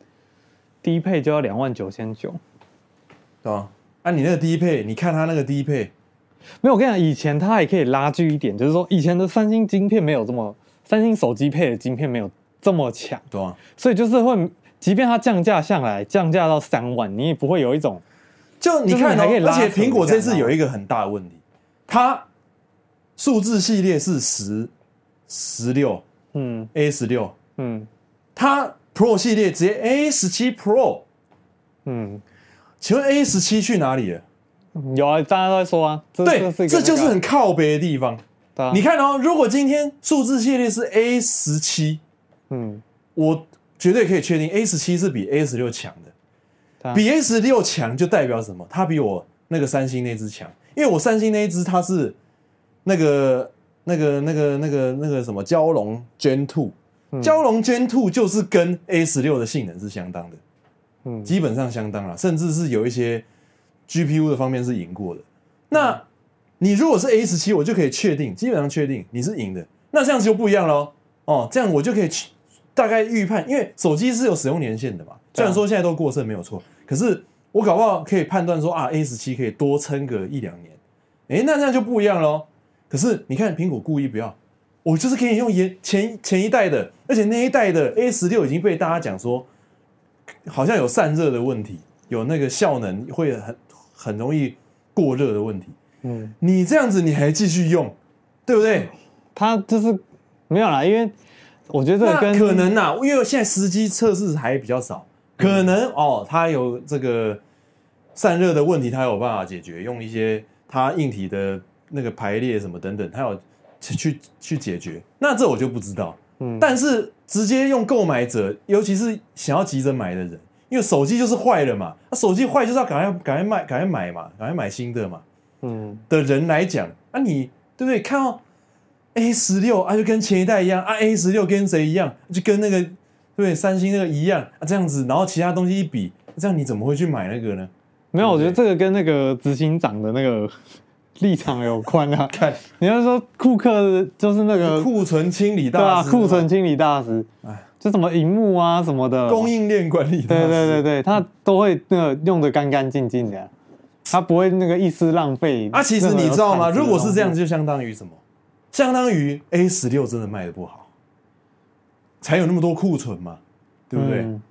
S6: 低配就要两万九千九。
S4: 对吧？啊，你那个低配，你看他那个低配，
S6: 没有，我跟你讲，以前它还可以拉锯一点，就是说以前的三星晶片没有这么，三星手机配的晶片没有这么强，
S4: 对吧？
S6: 所以就是会，即便它降价下来，降价到三万，你也不会有一种
S4: 就你看、
S6: 就是你还可以
S4: 哦，
S6: 拉
S4: 而
S6: 扯
S4: 且苹果这次有一个很大的问题，它数字系列是十、十六、
S6: 嗯
S4: A 十六，
S6: 嗯
S4: 它 Pro 系列直接 A 十七 Pro，
S6: 嗯，
S4: 请问 A 十七去哪里了？
S6: 有啊，大家都在说啊，这
S4: 对，
S6: 是一个
S4: 这就是
S6: 那个
S4: 很靠北的地方。
S6: 对啊
S4: 你看哦，如果今天数字系列是 A 十七，
S6: 嗯，
S4: 我绝对可以确定 A 十七是比 A 十六强的。
S6: 对啊
S4: 比 A 十六强就代表什么？它比我那个三星那只强，因为我三星那一只它是那个那个那个那个那个什么蛟龙 Gen Two，、蛟
S6: 嗯
S4: 龙 Gen Two 就是跟 A 十六的性能是相当的，
S6: 嗯
S4: 基本上相当了，甚至是有一些 GPU 的方面是赢过的。那、
S6: 嗯
S4: 你如果是 A 十七，我就可以确定，基本上确定你是赢的。那这样子就不一样喽。哦，这样我就可以去大概预判，因为手机是有使用年限的嘛。虽然说现在都过剩没有错，可是我搞不好可以判断说啊，A 十七可以多撑个一两年。诶，那这样就不一样喽。可是你看，苹果故意不要，我就是可以用前前前一代的，而且那一代的 A 十六已经被大家讲说，好像有散热的问题，有那个效能会很很容易过热的问题。
S6: 嗯，
S4: 你这样子你还继续用，对不对？
S6: 它就是没有啦，因为我觉得这个
S4: 那
S6: 跟
S4: 可能啊呐、因为现在实际测试还比较少，
S6: 嗯
S4: 可能、哦，它有这个散热的问题，它有办法解决，用一些它硬体的那个排列什么等等，他有去去去解决。那这我就不知道。
S6: 嗯
S4: 但是直接用购买者，尤其是想要急着买的人，因为手机就是坏了嘛，那手机坏就是要赶快赶快卖，赶快买嘛，赶快买新的嘛。
S6: 嗯，
S4: 的人来讲，啊你对不对？看到 A 十六啊，就跟前一代一样啊，A 十六跟谁一样？就跟那个对不对？三星那个一样啊，这样子，然后其他东西一比，这样你怎么会去买那个 呢？
S6: 没有，我觉得这个跟那个执行长的那个立场有关啊。
S4: 看
S6: 你要说库克就是那个
S4: 库存清理
S6: 呃对
S4: 大
S6: 啊，
S4: 师嘛，
S6: 库存清理大师，就什么荧幕啊什么的，
S4: 供应链管理大师，
S6: 对对对对，他都会那个用的干干净净的啊，他不会那个一丝浪费。
S4: 啊，其实你知道吗？
S6: 任何有产值的
S4: 如果是这样，
S6: 东西，
S4: 就相当于什么？相当于 A 十六真的卖的不好，才有那么多库存嘛，对不对？
S6: 嗯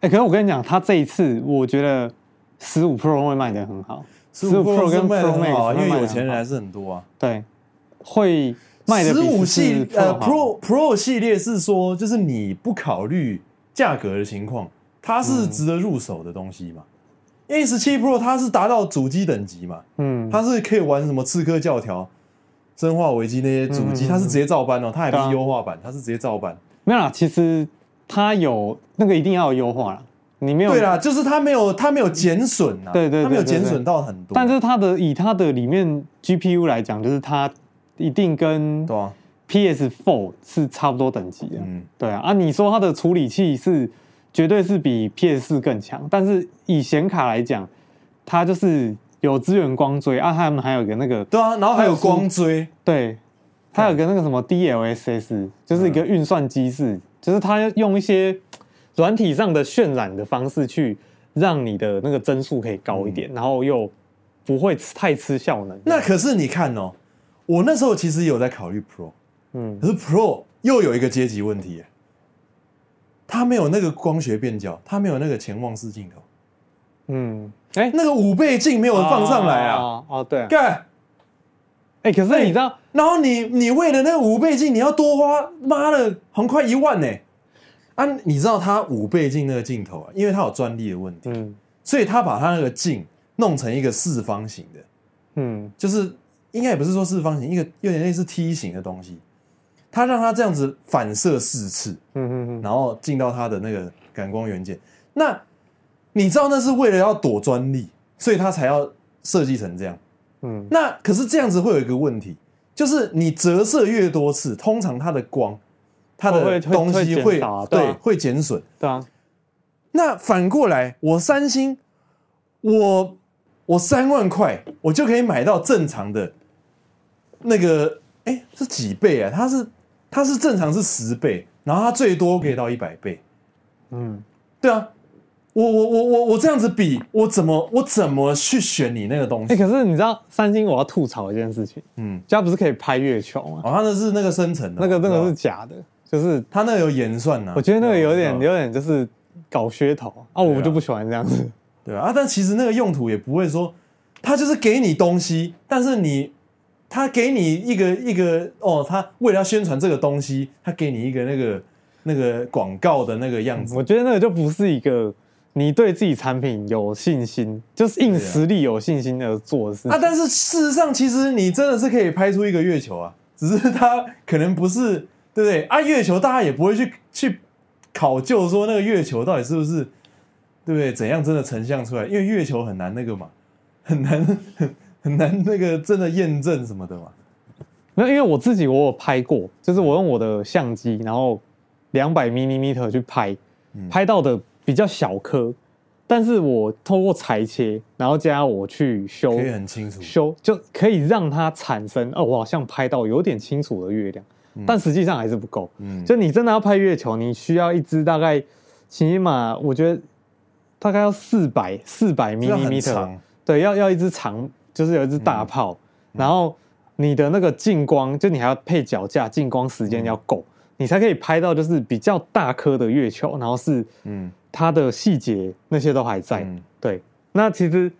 S6: 哎、可是我跟你讲，他这一次我觉得十五 Pro 会卖的很好，
S4: 十
S6: 15
S4: 五 Pro
S6: 跟
S4: 跟卖的
S6: Pro
S4: 很好啊，
S6: Max
S4: 因为
S6: 卖得
S4: 有
S6: 很
S4: 钱人
S6: 好
S4: 还是很多啊。
S6: 对，会卖的
S4: 十五系
S6: 系
S4: 呃
S6: 好
S4: Pro Pro 系列是说，就是你不考虑价格的情况，它是
S6: 嗯
S4: 值得入手的东西嘛。A 十七 Pro 它是达到主机等级嘛，
S6: 嗯，
S4: 它是可以玩什么《刺客教条》《生化危机》那些主机，
S6: 嗯
S4: 它是直接照搬哦，它还不
S6: 对
S4: 是
S6: 啊
S4: 优化版，它是直接照搬。
S6: 没有啦，其实它有那个一定要有优化啦，你没有
S4: 对啦，就是它没有它没有减损啊，
S6: 对对对
S4: 它没有
S6: 对对
S4: 减损到很多，
S6: 但是它的以它的里面 GPU 来讲，就是它一定跟
S4: 对啊，
S6: PS4 是差不多等级的。
S4: 嗯，
S6: 对啊，啊，你说它的处理器是绝对是比 PS4 更强，但是以显卡来讲，它就是有支援光追啊，他们还有个那个
S4: 对啊，然后还有光追，
S6: 对，它有个那个什么 DLSS，就是一个运算机制，
S4: 嗯
S6: 就是它用一些软体上的渲染的方式去让你的那个帧数可以高一点，然后又不会吃太吃效能。
S4: 嗯那可是你看哦，我那时候其实有在考虑 Pro，
S6: 嗯
S4: 可是 Pro 又有一个阶级问题耶，它没有那个光学变焦，它没有那个潜望式镜头，
S6: 嗯，哎、
S4: 那个五倍镜没有放上来啊，
S6: 哦，哦对、啊，
S4: 干。
S6: 哎、可是你知道，
S4: 然后你你为了那个五倍镜，你要多花妈的，很快一万呢、啊，你知道它五倍镜那个镜头啊，因为它有专利的问题，
S6: 嗯
S4: 所以他把他那个镜弄成一个四方形的，
S6: 嗯
S4: 就是应该也不是说四方形，一个有点类似梯形的东西。他让它这样子反射四次，
S6: 嗯嗯嗯，
S4: 然后进到他的那个感光元件。那你知道那是为了要躲专利，所以他才要设计成这样。
S6: 嗯
S4: 那可是这样子会有一个问题，就是你折射越多次，通常它的光，它
S6: 哦会
S4: 的
S6: 会会
S4: 东西
S6: 减
S4: 会
S6: 少啊对
S4: 对
S6: 啊
S4: 会减损。
S6: 对啊，
S4: 那反过来，我三星，我我三万块，我就可以买到正常的那个，哎，是几倍啊？它是它是正常是十倍，然后它最多可以到一百倍。
S6: 嗯
S4: 对啊，我我我我我这样子比，我怎么我怎么去选你那个东
S6: 哎、
S4: 西？
S6: 可是你知道三星我要吐槽一件事情，
S4: 嗯，
S6: 它不是可以拍月球吗？
S4: 哦，它那是那个生成的，
S6: 那个那
S4: 我
S6: 个
S4: 知
S6: 是
S4: 道
S6: 假的，就是
S4: 它那个有演算呢、
S6: 我觉得那个有点
S4: 对啊
S6: 有点就是搞噱头啊，我就不喜欢这样子。
S4: 对啊，啊但其实那个用途也不会说，他就是给你东西，但是你他给你一个一个哦，他为了要宣传这个东西，他给你一个那个那个广告的那个样子，
S6: 嗯我觉得那个就不是一个你对自己产品有信心，就是
S4: 啊
S6: 硬实力有信心而做的事情。
S4: 啊，但是事实上，其实你真的是可以拍出一个月球啊，只是它可能不是，对不对？啊，月球大家也不会去去考究说那个月球到底是不是，对不对？怎样真的成像出来？因为月球很难那个嘛，很难 很很难那个真的验证什么的嘛。
S6: 没有，因为我自己我有拍过，就是我用我的相机，然后两百 m m 去拍，
S4: 嗯
S6: 拍到的比较小颗，但是我透过裁切，然后加我去修，
S4: 可以很清楚，
S6: 修就可以让它产生哦，我好像拍到有点清楚的月亮，但实际上还是不够。
S4: 嗯
S6: 就你真的要拍月球，你需要一支大概起码我觉得大概要四百四百 m
S4: 这样
S6: m
S4: 很长
S6: 对，要要一支长，就是有一支大炮，
S4: 嗯
S6: 然后你的那个进光，就你还要配脚架，进光时间要够，
S4: 嗯
S6: 你才可以拍到就是比较大颗的月球，然后是
S4: 嗯，
S6: 它的细节那些都还在。
S4: 嗯
S6: 对，那其实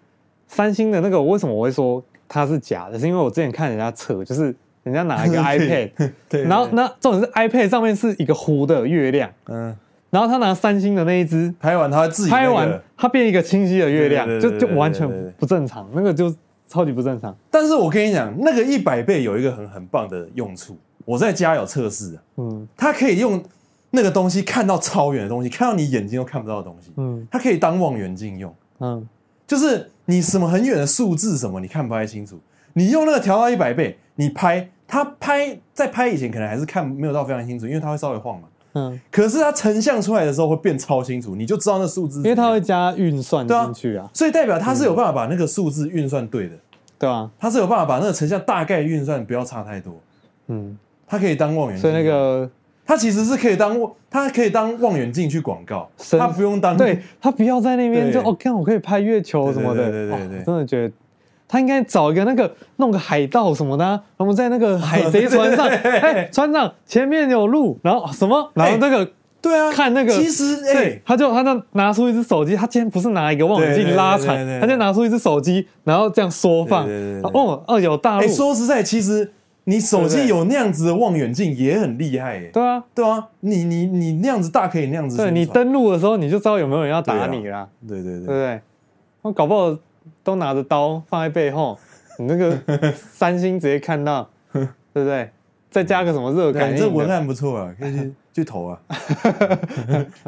S6: 三星的那个，为什么我会说它是假的？是因为我之前看人家测，就是人家拿一个 iPad，
S4: 对
S6: 然后那重点是 iPad 上面是一个弧的月亮，
S4: 嗯，
S6: 然后他拿三星的那一只
S4: 拍完他自己、那
S6: 拍
S4: 个
S6: 完，它变一个清晰的月亮，
S4: 对对
S6: 就
S4: 对
S6: 就
S4: 对对
S6: 完全
S4: 对对对
S6: 不正常。那个就超级不正常。
S4: 但是我跟你讲，那个一百倍有一个很很棒的用处，我在家有测试啊，
S6: 嗯
S4: 它可以用那个东西看到超远的东西，看到你眼睛都看不到的东西，
S6: 嗯
S4: 它可以当望远镜用，
S6: 嗯
S4: 就是你什么很远的数字什么你看不太清楚，你用那个调到一百倍，你拍它拍在拍以前可能还是看没有到非常清楚，因为它会稍微晃嘛。
S6: 嗯，
S4: 可是它成像出来的时候会变超清楚，你就知道那数字是
S6: 因为它
S4: 怎
S6: 会
S4: 样，
S6: 加运算
S4: 对啊
S6: 进去啊，
S4: 所以代表它是有办法把那个数字运算对的，
S6: 对吧？
S4: 它是有办法把那个成像大概运算不要差太多，
S6: 嗯，
S4: 它可以当望远镜。
S6: 所以那个
S4: 它其实是可以当望，它可以当望远镜去广告，
S6: 神
S4: 它不用当
S6: 对他不要在那边
S4: 嗯对
S6: 就哦，看我可以拍月球什么
S4: 对
S6: 的，
S4: 对对对对对
S6: 哦我真的觉得他应该找一个那个弄个海盗什么的啊，我们在那个海贼船 上，
S4: 对
S6: 哎，船长前面有路，然后哦什么，
S4: 哎
S6: 然后那个。
S4: 对啊，
S6: 看那个
S4: 其实哎、
S6: 对，他就他那拿出一只手机，他今天不是拿一个望远
S4: 对对
S6: 镜
S4: 对
S6: 拉
S4: 对
S6: 长
S4: 对对，
S6: 他就拿出一只手机，然后这样缩放
S4: 对对对，对
S6: 哦哦有大
S4: 哎、
S6: 陆，
S4: 说实在，其实你手
S6: 对
S4: 机
S6: 不对
S4: 有那样子的望远镜也很厉害、耶。
S6: 对啊，
S4: 对啊，你你你那样子大可以那样子宣
S6: 对
S4: 传，
S6: 你登录的时候你就知道有没有人要打
S4: 对啊
S6: 你啦，
S4: 对对对
S6: 对不对？我搞不好都拿着刀放在背 后，你那个三星直接看到，对不对？再加个什么热
S4: 对啊
S6: 感
S4: 你这
S6: 应
S4: 文
S6: 的，
S4: 案不错啊，可以 去去投啊。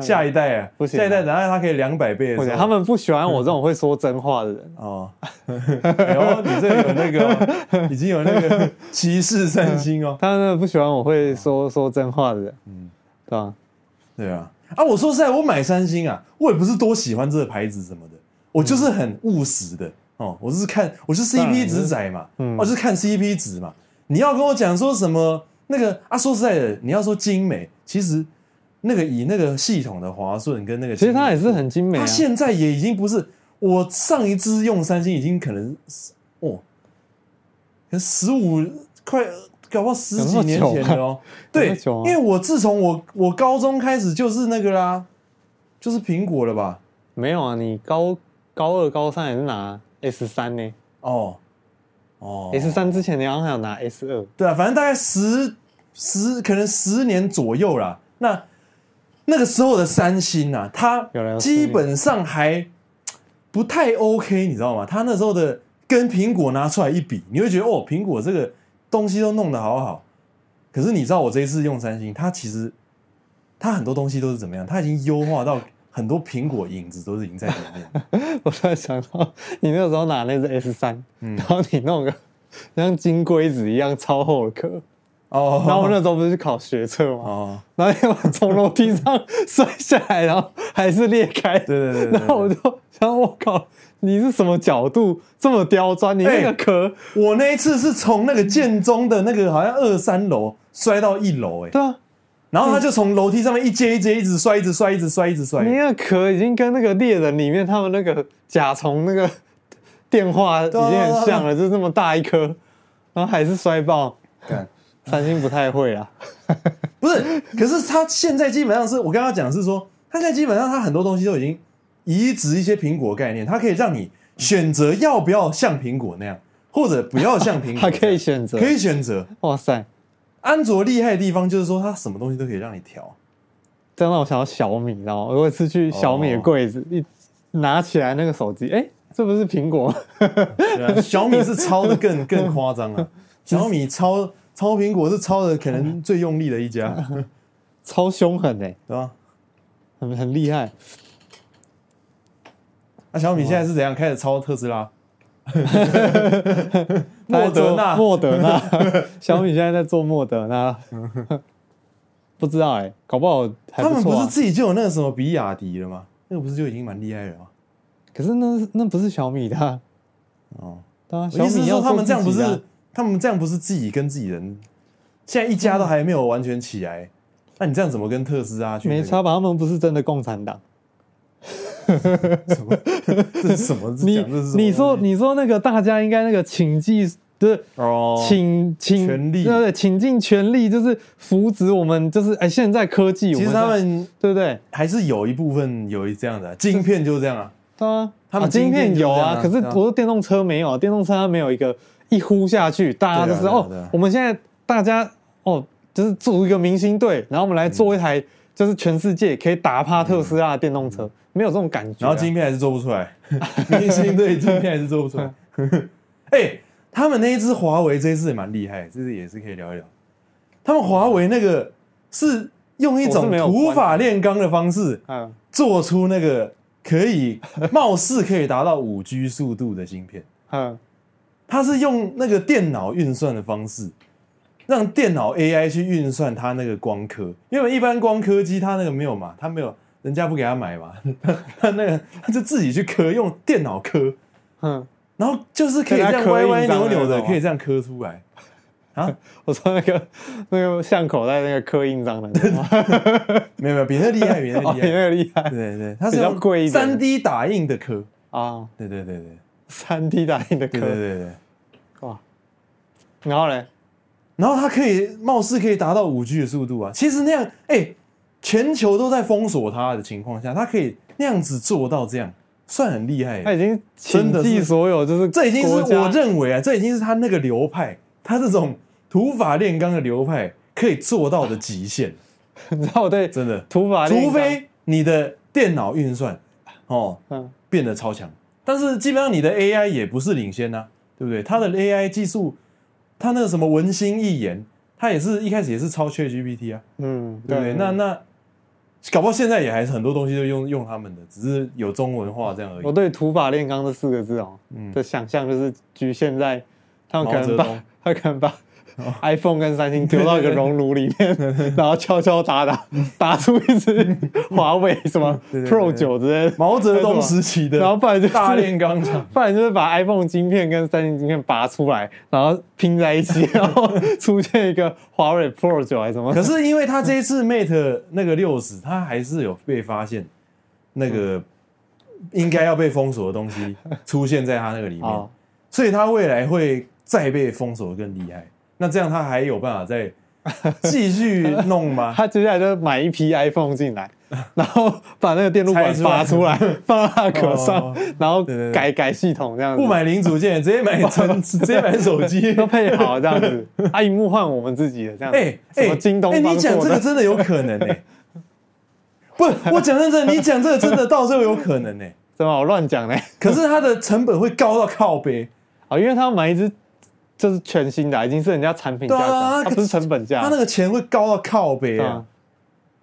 S4: 下一代啊，
S6: 不行啊
S4: 下一代，然后它可以两百倍的
S6: 我
S4: 时
S6: 觉得
S4: 候，
S6: 他们不喜欢我这种会说真话的人。
S4: 哦， 哎呦，你这有那个哦，已经有那 个歧视三星哦。
S6: 他们不喜欢我会说说真话的人，嗯，对吧？
S4: 对啊，啊，我说实在，我买三星啊，我也不是多喜欢这个牌子什么的，我就是很务实的哦，我就是看，我是
S6: 当然你
S4: CP
S6: 是
S4: 值仔嘛，
S6: 嗯
S4: 我就是看 CP 值嘛。你要跟我讲说什么那个啊，说实在的，你要说精美，其实那个以那个系统的华顺跟那个精
S6: 其
S4: 美，
S6: 实它也是很精美啊
S4: 它，现在也已经不是我上一支用三星已经可能是哦，可能十五快搞不好十几年前了哦。
S6: 有那么久吗有
S4: 对，
S6: 那么久
S4: 因
S6: 吗
S4: 为我自从我我高中开始就是那个啦，就是苹果了吧？
S6: 没有啊，你高高二高三也是拿 S 三呢
S4: 哦哦
S6: ，S 三之前你好像还有拿 S 二，
S4: 对啊，反正大概十十可能十年左右啦。那那个时候的三星啊，它
S6: 有了有
S4: 基本上还不太 OK，你知道吗？它那时候的跟苹果拿出来一比，你会觉得哦，苹果这个东西都弄得好好。可是你知道我这一次用三星，它其实它很多东西都是怎么样？它已经优化到很多苹果影子都是已经在里面 了。
S6: 我突然想到，你那个时候拿那只 S 三，
S4: 嗯
S6: 然后你弄个 像金龟子一样超厚的壳，
S4: 哦，
S6: 然后我那时候不是去考学测 嘛，
S4: 哦，
S6: 然后要从楼梯上摔下来，然后还是裂开。
S4: 对对对对对
S6: 然后我就想，我靠，你是什么角度这么刁钻？你那个壳，
S4: 我那一次是从那个建中的那个好像二三楼摔到一楼、欸，
S6: 对啊，
S4: 然后他就从楼梯上面一阶一阶一直摔，一直摔，一直摔，一直摔。
S6: 你那个壳已经跟那个猎人里面他们那个甲虫那个 电话已经很像了，就这么大一颗，然后还是摔爆。
S4: 干
S6: 三星不太会啊，
S4: 不是，可是他现在基本上是我刚刚讲的是说，他现在基本上他很多东西都已经移植一些苹果概念，它可以让你选择要不要像苹果那样，或者不要像苹果那样。
S6: 它 可以选择，
S4: 可以选择。
S6: 哇塞，
S4: 安卓厉害的地方就是说，它什么东西都可以让你调。
S6: 这让我想到小米，你知道吗？我有一次去小米的柜
S4: 哦
S6: 子，一拿起来那个手机，哎、这不是苹果吗？
S4: 对啊，小米是抄的更更夸张啊！小米抄抄苹果是抄的可能最用力的一 家，
S6: 超凶狠哎、
S4: 对吧？
S6: 很很厉害。
S4: 那、小米现在是怎样开始抄特斯 拉？
S6: 他在
S4: 莫
S6: 做
S4: 德纳
S6: 莫德纳， 小米现在在做莫德纳， 不知道哎、搞不好还
S4: 他们
S6: 错、
S4: 不
S6: 啊。
S4: 是自己就有那个什么比亚迪了吗？那个不是就已经蛮厉害了吗？
S6: 可是那那不是小米的、啊、
S4: 哦，
S6: 对啊，
S4: 我
S6: 小
S4: 意思
S6: 米
S4: 是
S6: 要
S4: 说他们这样不
S6: 做自己
S4: 是
S6: 的啊，
S4: 他们这样不是自己跟自己人，现在一家都还没有完全起来，那你这样怎么跟特斯拉去、
S6: 没差，吧？他们不是真的共产党。
S4: 这是 什么？
S6: 你
S4: 讲这是什么
S6: 你说你说那个大家应该那个请记就是
S4: 哦，
S6: 请请
S4: 全力
S6: 对对，请尽全力，就是扶植我们，就是哎，现在科技，
S4: 其实
S6: 我们
S4: 他们
S6: 对不对？
S4: 还是有一部分有一这样的啊、晶片就是这样啊。
S6: 对啊，
S4: 他们
S6: 啊晶
S4: 晶片
S6: 片
S4: 就
S6: 有
S4: 这样啊
S6: 可是
S4: 对啊
S6: 我说电动车没有，啊电动车它没有一个一呼下去，大家
S4: 对
S6: 就
S4: 啊
S6: 是
S4: 对啊
S6: 哦
S4: 对啊，
S6: 我们现在大家哦，就是组一个明星队，然后我们来做一台就是全世界可以打趴特斯
S4: 嗯
S6: 拉的电动车，没有这种感 觉啊。
S4: 然后晶片还是做不出来，明星对晶片还是做不出来。 哎、他们那一只华为这一次也蛮厉害，这是也是可以聊一聊。他们华为那个是用一
S6: 我是
S4: 种
S6: 没有
S4: 土
S6: 关
S4: 法炼钢的方式
S6: 嗯，
S4: 做出那个可以貌似可以达到五 G 速度的芯片，
S6: 嗯，
S4: 它是用那个电脑运算的方式，让电脑 AI 去运算它那个光刻，因为一般光刻机它那个没有嘛，它没有人家不给他买嘛， 它那个它就自己去刻，用电脑刻。
S6: 嗯，
S4: 然后就是可以这样歪歪扭扭
S6: 啊
S4: 的，可以这样磕出来。
S6: 我说那个 那个巷口在那个刻印章的那个吗，
S4: 没有没有，比那厉害，比那
S6: 哦，
S4: 厉
S6: 你
S4: 害。
S6: 那个厉害
S4: 对对，它是
S6: 比较贵一点
S4: 三 D 打印的磕。
S6: 啊！
S4: 对对对对
S6: 三 D 打印的
S4: 对对
S6: 刻
S4: 对对。
S6: 哇，然后嘞，
S4: 然后它可以貌似可以达到五 G 的速度啊！其实那样，哎、全球都在封锁它的情况下，它可以那样子做到这样，算很厉害、
S6: 他已经
S4: 哎真
S6: 倾
S4: 的是
S6: 尽所有，就是
S4: 这已经
S6: 国
S4: 是
S6: 家
S4: 我认为啊，这已经是他那个流派，他这种土法炼钢的流派可以做到的极限，
S6: 你知道我对
S4: 真的。
S6: 土法炼
S4: 除
S6: 钢，
S4: 非你的电脑运算哦
S6: 嗯
S4: 变得超强，但是基本上你的 AI 也不是领先呐、啊对不对？它的 AI 技术，它那个什么文心一言，它也是一开始也是超 ChatGPT 啊，
S6: 嗯，
S4: 对不对？那那搞不好现在也还是很多东西都用用他们的，只是有中文化这样而
S6: 我
S4: 已。
S6: 对“土法炼钢”这四个字哦、
S4: 嗯
S6: 的想象就是局限在他们可
S4: 毛泽
S6: 能把
S4: 东 哦
S6: 他可能把 iPhone 跟三星丢到一个熔炉里 面，然后敲敲打打打出一只华为什么
S4: 嗯对对对
S6: Pro 九之类的，
S4: 毛泽东时期的，
S6: 然后不然就是
S4: 大炼钢厂。
S6: 不然就是把 iPhone 晶片跟三星晶片拔出来，然后拼在一 起，然后出现一个华为 Pro 九还是什么
S4: 可？是因为他这一次 Mate 那个六十，他还是有被发现那
S6: 嗯
S4: 个应该要被封锁的东西出现在他那个里面
S6: 哦，
S4: 所以他未来会再被封锁得更厉害。那这样他还有办法 再继续弄吗？
S6: 他接下来就买一批 iPhone 进来，然后把那个电路板拔出来， 放到他壳上
S4: 哦，
S6: 然后
S4: 对对对
S6: 改改系统这样子，
S4: 不买零组件，直接买 成直接买手机。
S6: 都配好这样子， 啊，荧幕换我们自己的这样子，
S4: 哎
S6: 什么
S4: 哎，
S6: 京东
S4: 哎，
S6: 方
S4: 你讲
S6: 做
S4: 这个
S6: 的，
S4: 真的有可能呢、欸 不，我讲认真，你讲这个真的到最后有可能呢、欸
S6: 怎么我乱讲呢？
S4: 可是它的成本会高到靠背。
S6: 啊，因为他买一只就是全新的啊，已经是人家产品价
S4: 对啊
S6: 格，它不是成本价，啊
S4: 他那个钱会高到靠背
S6: 对
S4: 啊
S6: 啊。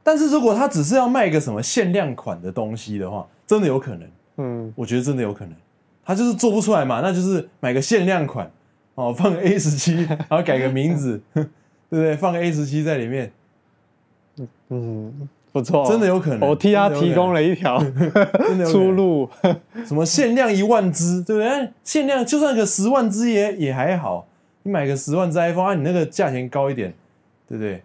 S4: 但是如果他只是要卖个什么限量款的东西的话，真的有可能，
S6: 嗯，
S4: 我觉得真的有可能，他就是做不出来嘛，那就是买个限量款哦， 放个 A 十七，然后改个名字， 对不对？放个 A 十七在里面，
S6: 嗯，不错，
S4: 真的有可能
S6: 我替 他
S4: 真的有可能
S6: 提供了一条
S4: 真的有可能
S6: 出路。
S4: 什么限量一万只，对不对？限量就算个十万只也也还好，你买个十万只 iPhone，啊，你那个价钱高一点，对不对？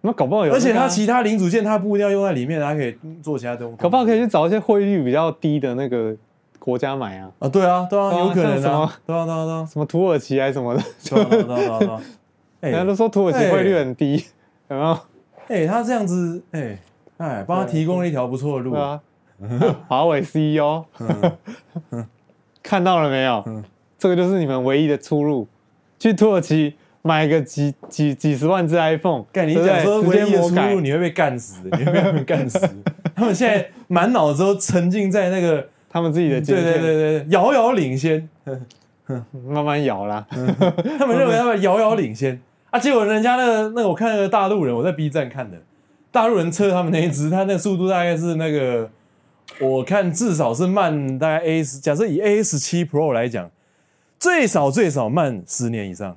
S6: 那搞不好有那个啊，
S4: 而且它其他零组件它不一定要用在里面，它可以做其他东西，
S6: 搞不好可以去找一些汇率比较低的那个国家买啊，
S4: 啊，对啊，对啊，
S6: 对啊
S4: 有可能
S6: 像什
S4: 啊
S6: 么，
S4: 对啊，对啊，对啊，
S6: 什么土耳其还是什么的，
S4: 对啊，对啊对啊，对 啊，对
S6: 人家
S4: 啊
S6: 都说土耳其
S4: 哎
S6: 汇率很低，有没有？
S4: 哎哎，他这样子，哎哎，帮他提供了一条不错的路
S6: 对，啊，
S4: 嗯
S6: 华为 CEO，看 到了没
S4: 嗯
S6: 有？这个就是你们唯一的出路，去土耳其买个几几几十万只 iPhone，
S4: 干你
S6: 对不对
S4: 讲说
S6: 直
S4: 唯一
S6: 接
S4: 的
S6: 魔
S4: 出
S6: 改
S4: 路，，你会被干死的，你会被他们干死。他们现在满脑子都沉浸在那 个，
S6: 他们自己的
S4: 对嗯
S6: 晶
S4: 对对
S6: 片
S4: 对，对遥遥领先，
S6: 慢慢摇啦，
S4: 他们认为他们遥遥领先啊，结果人家那个那个我看那个大陆人，我在 B 站看的，大陆人测他们那一只，他那个速度大概是那个，我看至少是慢大概 A 十，假设以 A 十七 Pro 来讲，最少最少慢十年以上，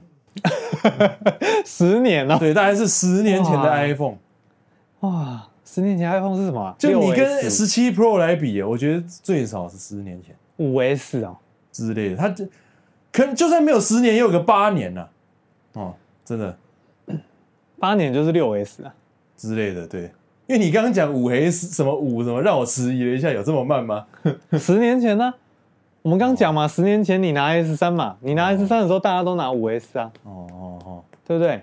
S6: 十年了，
S4: 对，大概是十年前的
S6: 哇
S4: iPhone，
S6: 哇，十年前 iPhone 是什么啊？
S4: 就你跟
S6: 6S
S4: 十七 Pro 来比，啊我觉得最少是十年前
S6: 五 S 哦，
S4: 之类的，它就可能就算没有十年，也有个八年呐、哦，真的。
S6: 八年就是六 S 啊，
S4: 之类的，对。因为你刚刚讲五黑是什么五什么，让我迟疑了一下，有这么慢吗？
S6: 十年前呢、我们刚
S4: 哦
S6: 讲嘛，十年前你拿 S 三嘛，你拿 S 三的时候，大家都拿五 S 啊，
S4: 哦哦哦，
S6: 对不对？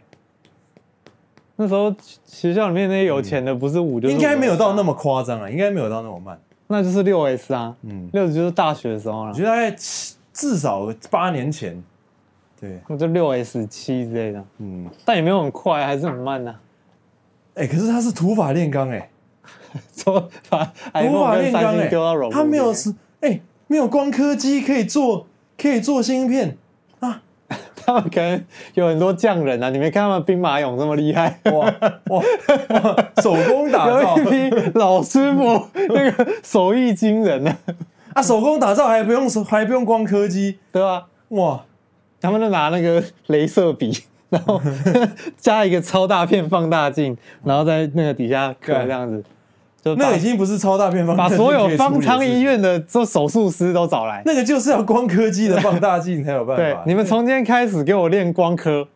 S6: 那时候学校里面那些有钱的不是五就是
S4: 应该没有到那
S6: 么，
S4: 么夸张啊，应该没有到那么慢。
S6: 那就是六 S 啊，
S4: 嗯
S6: 嗯，六 S 就是大学的时候
S4: 我
S6: 啊了
S4: 觉，得大概七至少八年前，对，
S6: 那就六 S 七之类的，
S4: 嗯，
S6: 但也没有很快，还是很慢呐、啊。
S4: 哎、可是他是土法炼钢哎，
S6: 说把
S4: 土
S6: iPhone
S4: 法
S6: 跟
S4: 炼
S6: 三
S4: 钢哎
S6: 星丢到，软，
S4: 他没有是哎、没有光刻机可以做可以做芯片，
S6: 他们可能有很多匠人啊，你没看他们兵马俑这么 厉害，
S4: 哇哇哇，手工打造
S6: 有一批老师 傅那个手艺惊人呢、啊，
S4: 啊，手工打造还不用手还不用光科技，
S6: 对吧、
S4: 哇，
S6: 他们就拿那个 镭射笔， 然后加一个超大片放大镜，然后在那个底下刻
S4: 干
S6: 这样子，就把
S4: 那已经不是超大片放大
S6: 把
S4: 镜
S6: 所
S4: 可
S6: 有
S4: 以处理
S6: 方
S4: 的
S6: 舱
S4: 事
S6: 医院的这手术师都找来。
S4: 那个就是要光科技的放大镜才有办法。
S6: 对，你们从今天开始给我练 光科，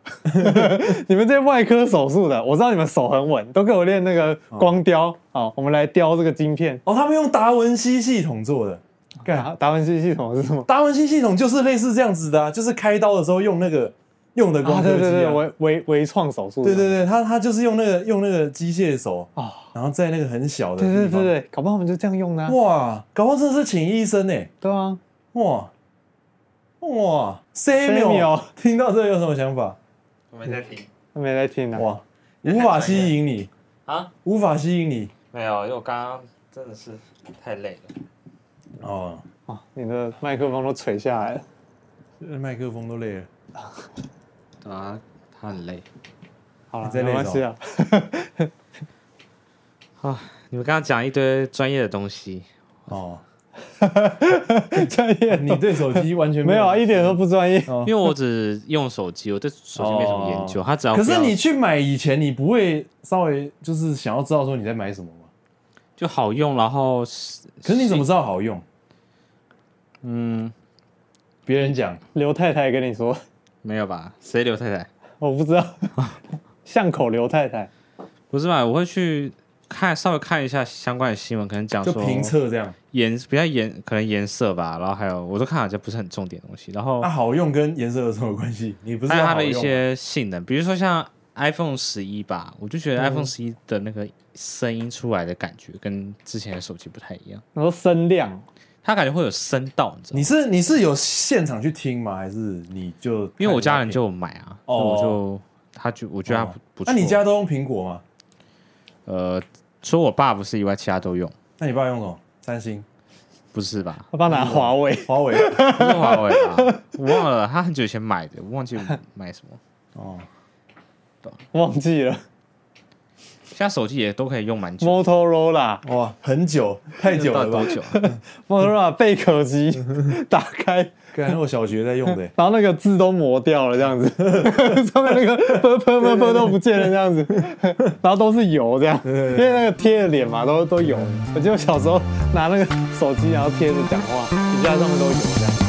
S6: 你们这些外科手术的，我知道你们手很稳，都给我练那个光雕。好、我们来雕这个晶片。啊
S4: 哦，他们用达文西系统做的，干
S6: 达达文西系统是什么？
S4: 达文西系统就是类似这样子的、啊，就是开刀的时候用那个用的光
S6: 啊，
S4: 科技、
S6: 对对对，微微微创手术。
S4: 对对对他他就是用那个用那个机械手，
S6: 哦
S4: 然后在那个很小的
S6: 对对
S4: 哦地
S6: 对
S4: 方，
S6: 对，搞不好我们就这样用的、啊。
S4: 哇，搞不好这是请医生哎、
S6: 对啊，
S4: 哇哇 Samuel，
S6: Samuel
S4: 听到这有什么想法？
S7: 我没在听
S6: 他没在听啊。
S4: 哇，无法吸引你，
S7: 啊，
S4: 无法吸引你
S7: 没有，因为我刚刚真的是太累了。
S4: 哦，
S6: 哇，你的麦克风都垂下来了。
S4: 麦克风都累了。
S5: 啊，他很累
S6: 好了
S4: 你，在
S6: 没
S4: 累
S6: 关系啊。
S5: 啊。
S7: 你们刚刚讲一堆专业的东西，
S4: 哦，
S6: 专业
S4: 你对手机完全
S6: 没有啊，一点都不专业。
S4: 哦
S5: 因为我只用手机，我对手机没什么研究。他只要
S4: 可是
S5: 不要
S4: 你去买以前，你不会稍微就是想要知道说你在买什么吗？
S5: 就好用，然后
S4: 可是你怎么知道好用？
S5: 嗯
S4: 别人讲
S6: 刘太太跟你说，
S5: 没有吧？谁刘太太？
S6: 我不知 道。巷口刘太太，
S5: 不是吧？我会去看稍微看一下相关的新闻，可能讲
S4: 就
S5: 说
S4: 评测这样，
S5: 颜比较颜可能颜色吧，然后还有我都看好像不是很重点的东西，然后
S4: 那、啊好用跟颜色有什么关系？你不是
S5: 还有
S4: 要
S5: 它
S4: 好
S5: 的一
S4: 用啊
S5: 些性能，比如说像 iPhone 十一吧，我就
S4: 嗯
S5: 觉得 iPhone 十一的那个声音出来的感觉跟之前的手机不太一样，
S6: 然后声量，
S5: 它感觉会有声道，你知道
S4: 你
S5: 吗？
S4: 是你是有现场去听吗？还是你就
S5: 因为我家人就有买啊，所以我
S4: 哦
S5: 就他就我觉得它不不
S4: 那
S5: 错。
S4: 你家都用苹果吗？
S5: 呃，除了我爸不是以外，其他都用，
S4: 那你爸用什么？三星、
S5: 不是吧？
S6: 我帮拿华为。
S4: 华为
S5: 不是华为啊，我忘了，他很久以前买的，我忘记买什么。
S4: 哦，
S6: 忘记 了
S5: 现在手机也都可以用蛮久，
S6: Motorola，Motorola
S4: 哇，很久太久
S5: 到
S4: 了
S5: 底
S4: 吧
S5: 多？久啊？
S6: 贝壳机 打开，，
S4: 感觉我小学在用的
S6: 然后那个字都磨掉了，这 样子，上面那个 啵啵啵啵都不见了，这样子，然后都是油这样，因
S4: 对
S6: 为那个贴的脸嘛，都都油。我记得我小时候拿那个手机，然后贴着讲话，底下上面都油这样。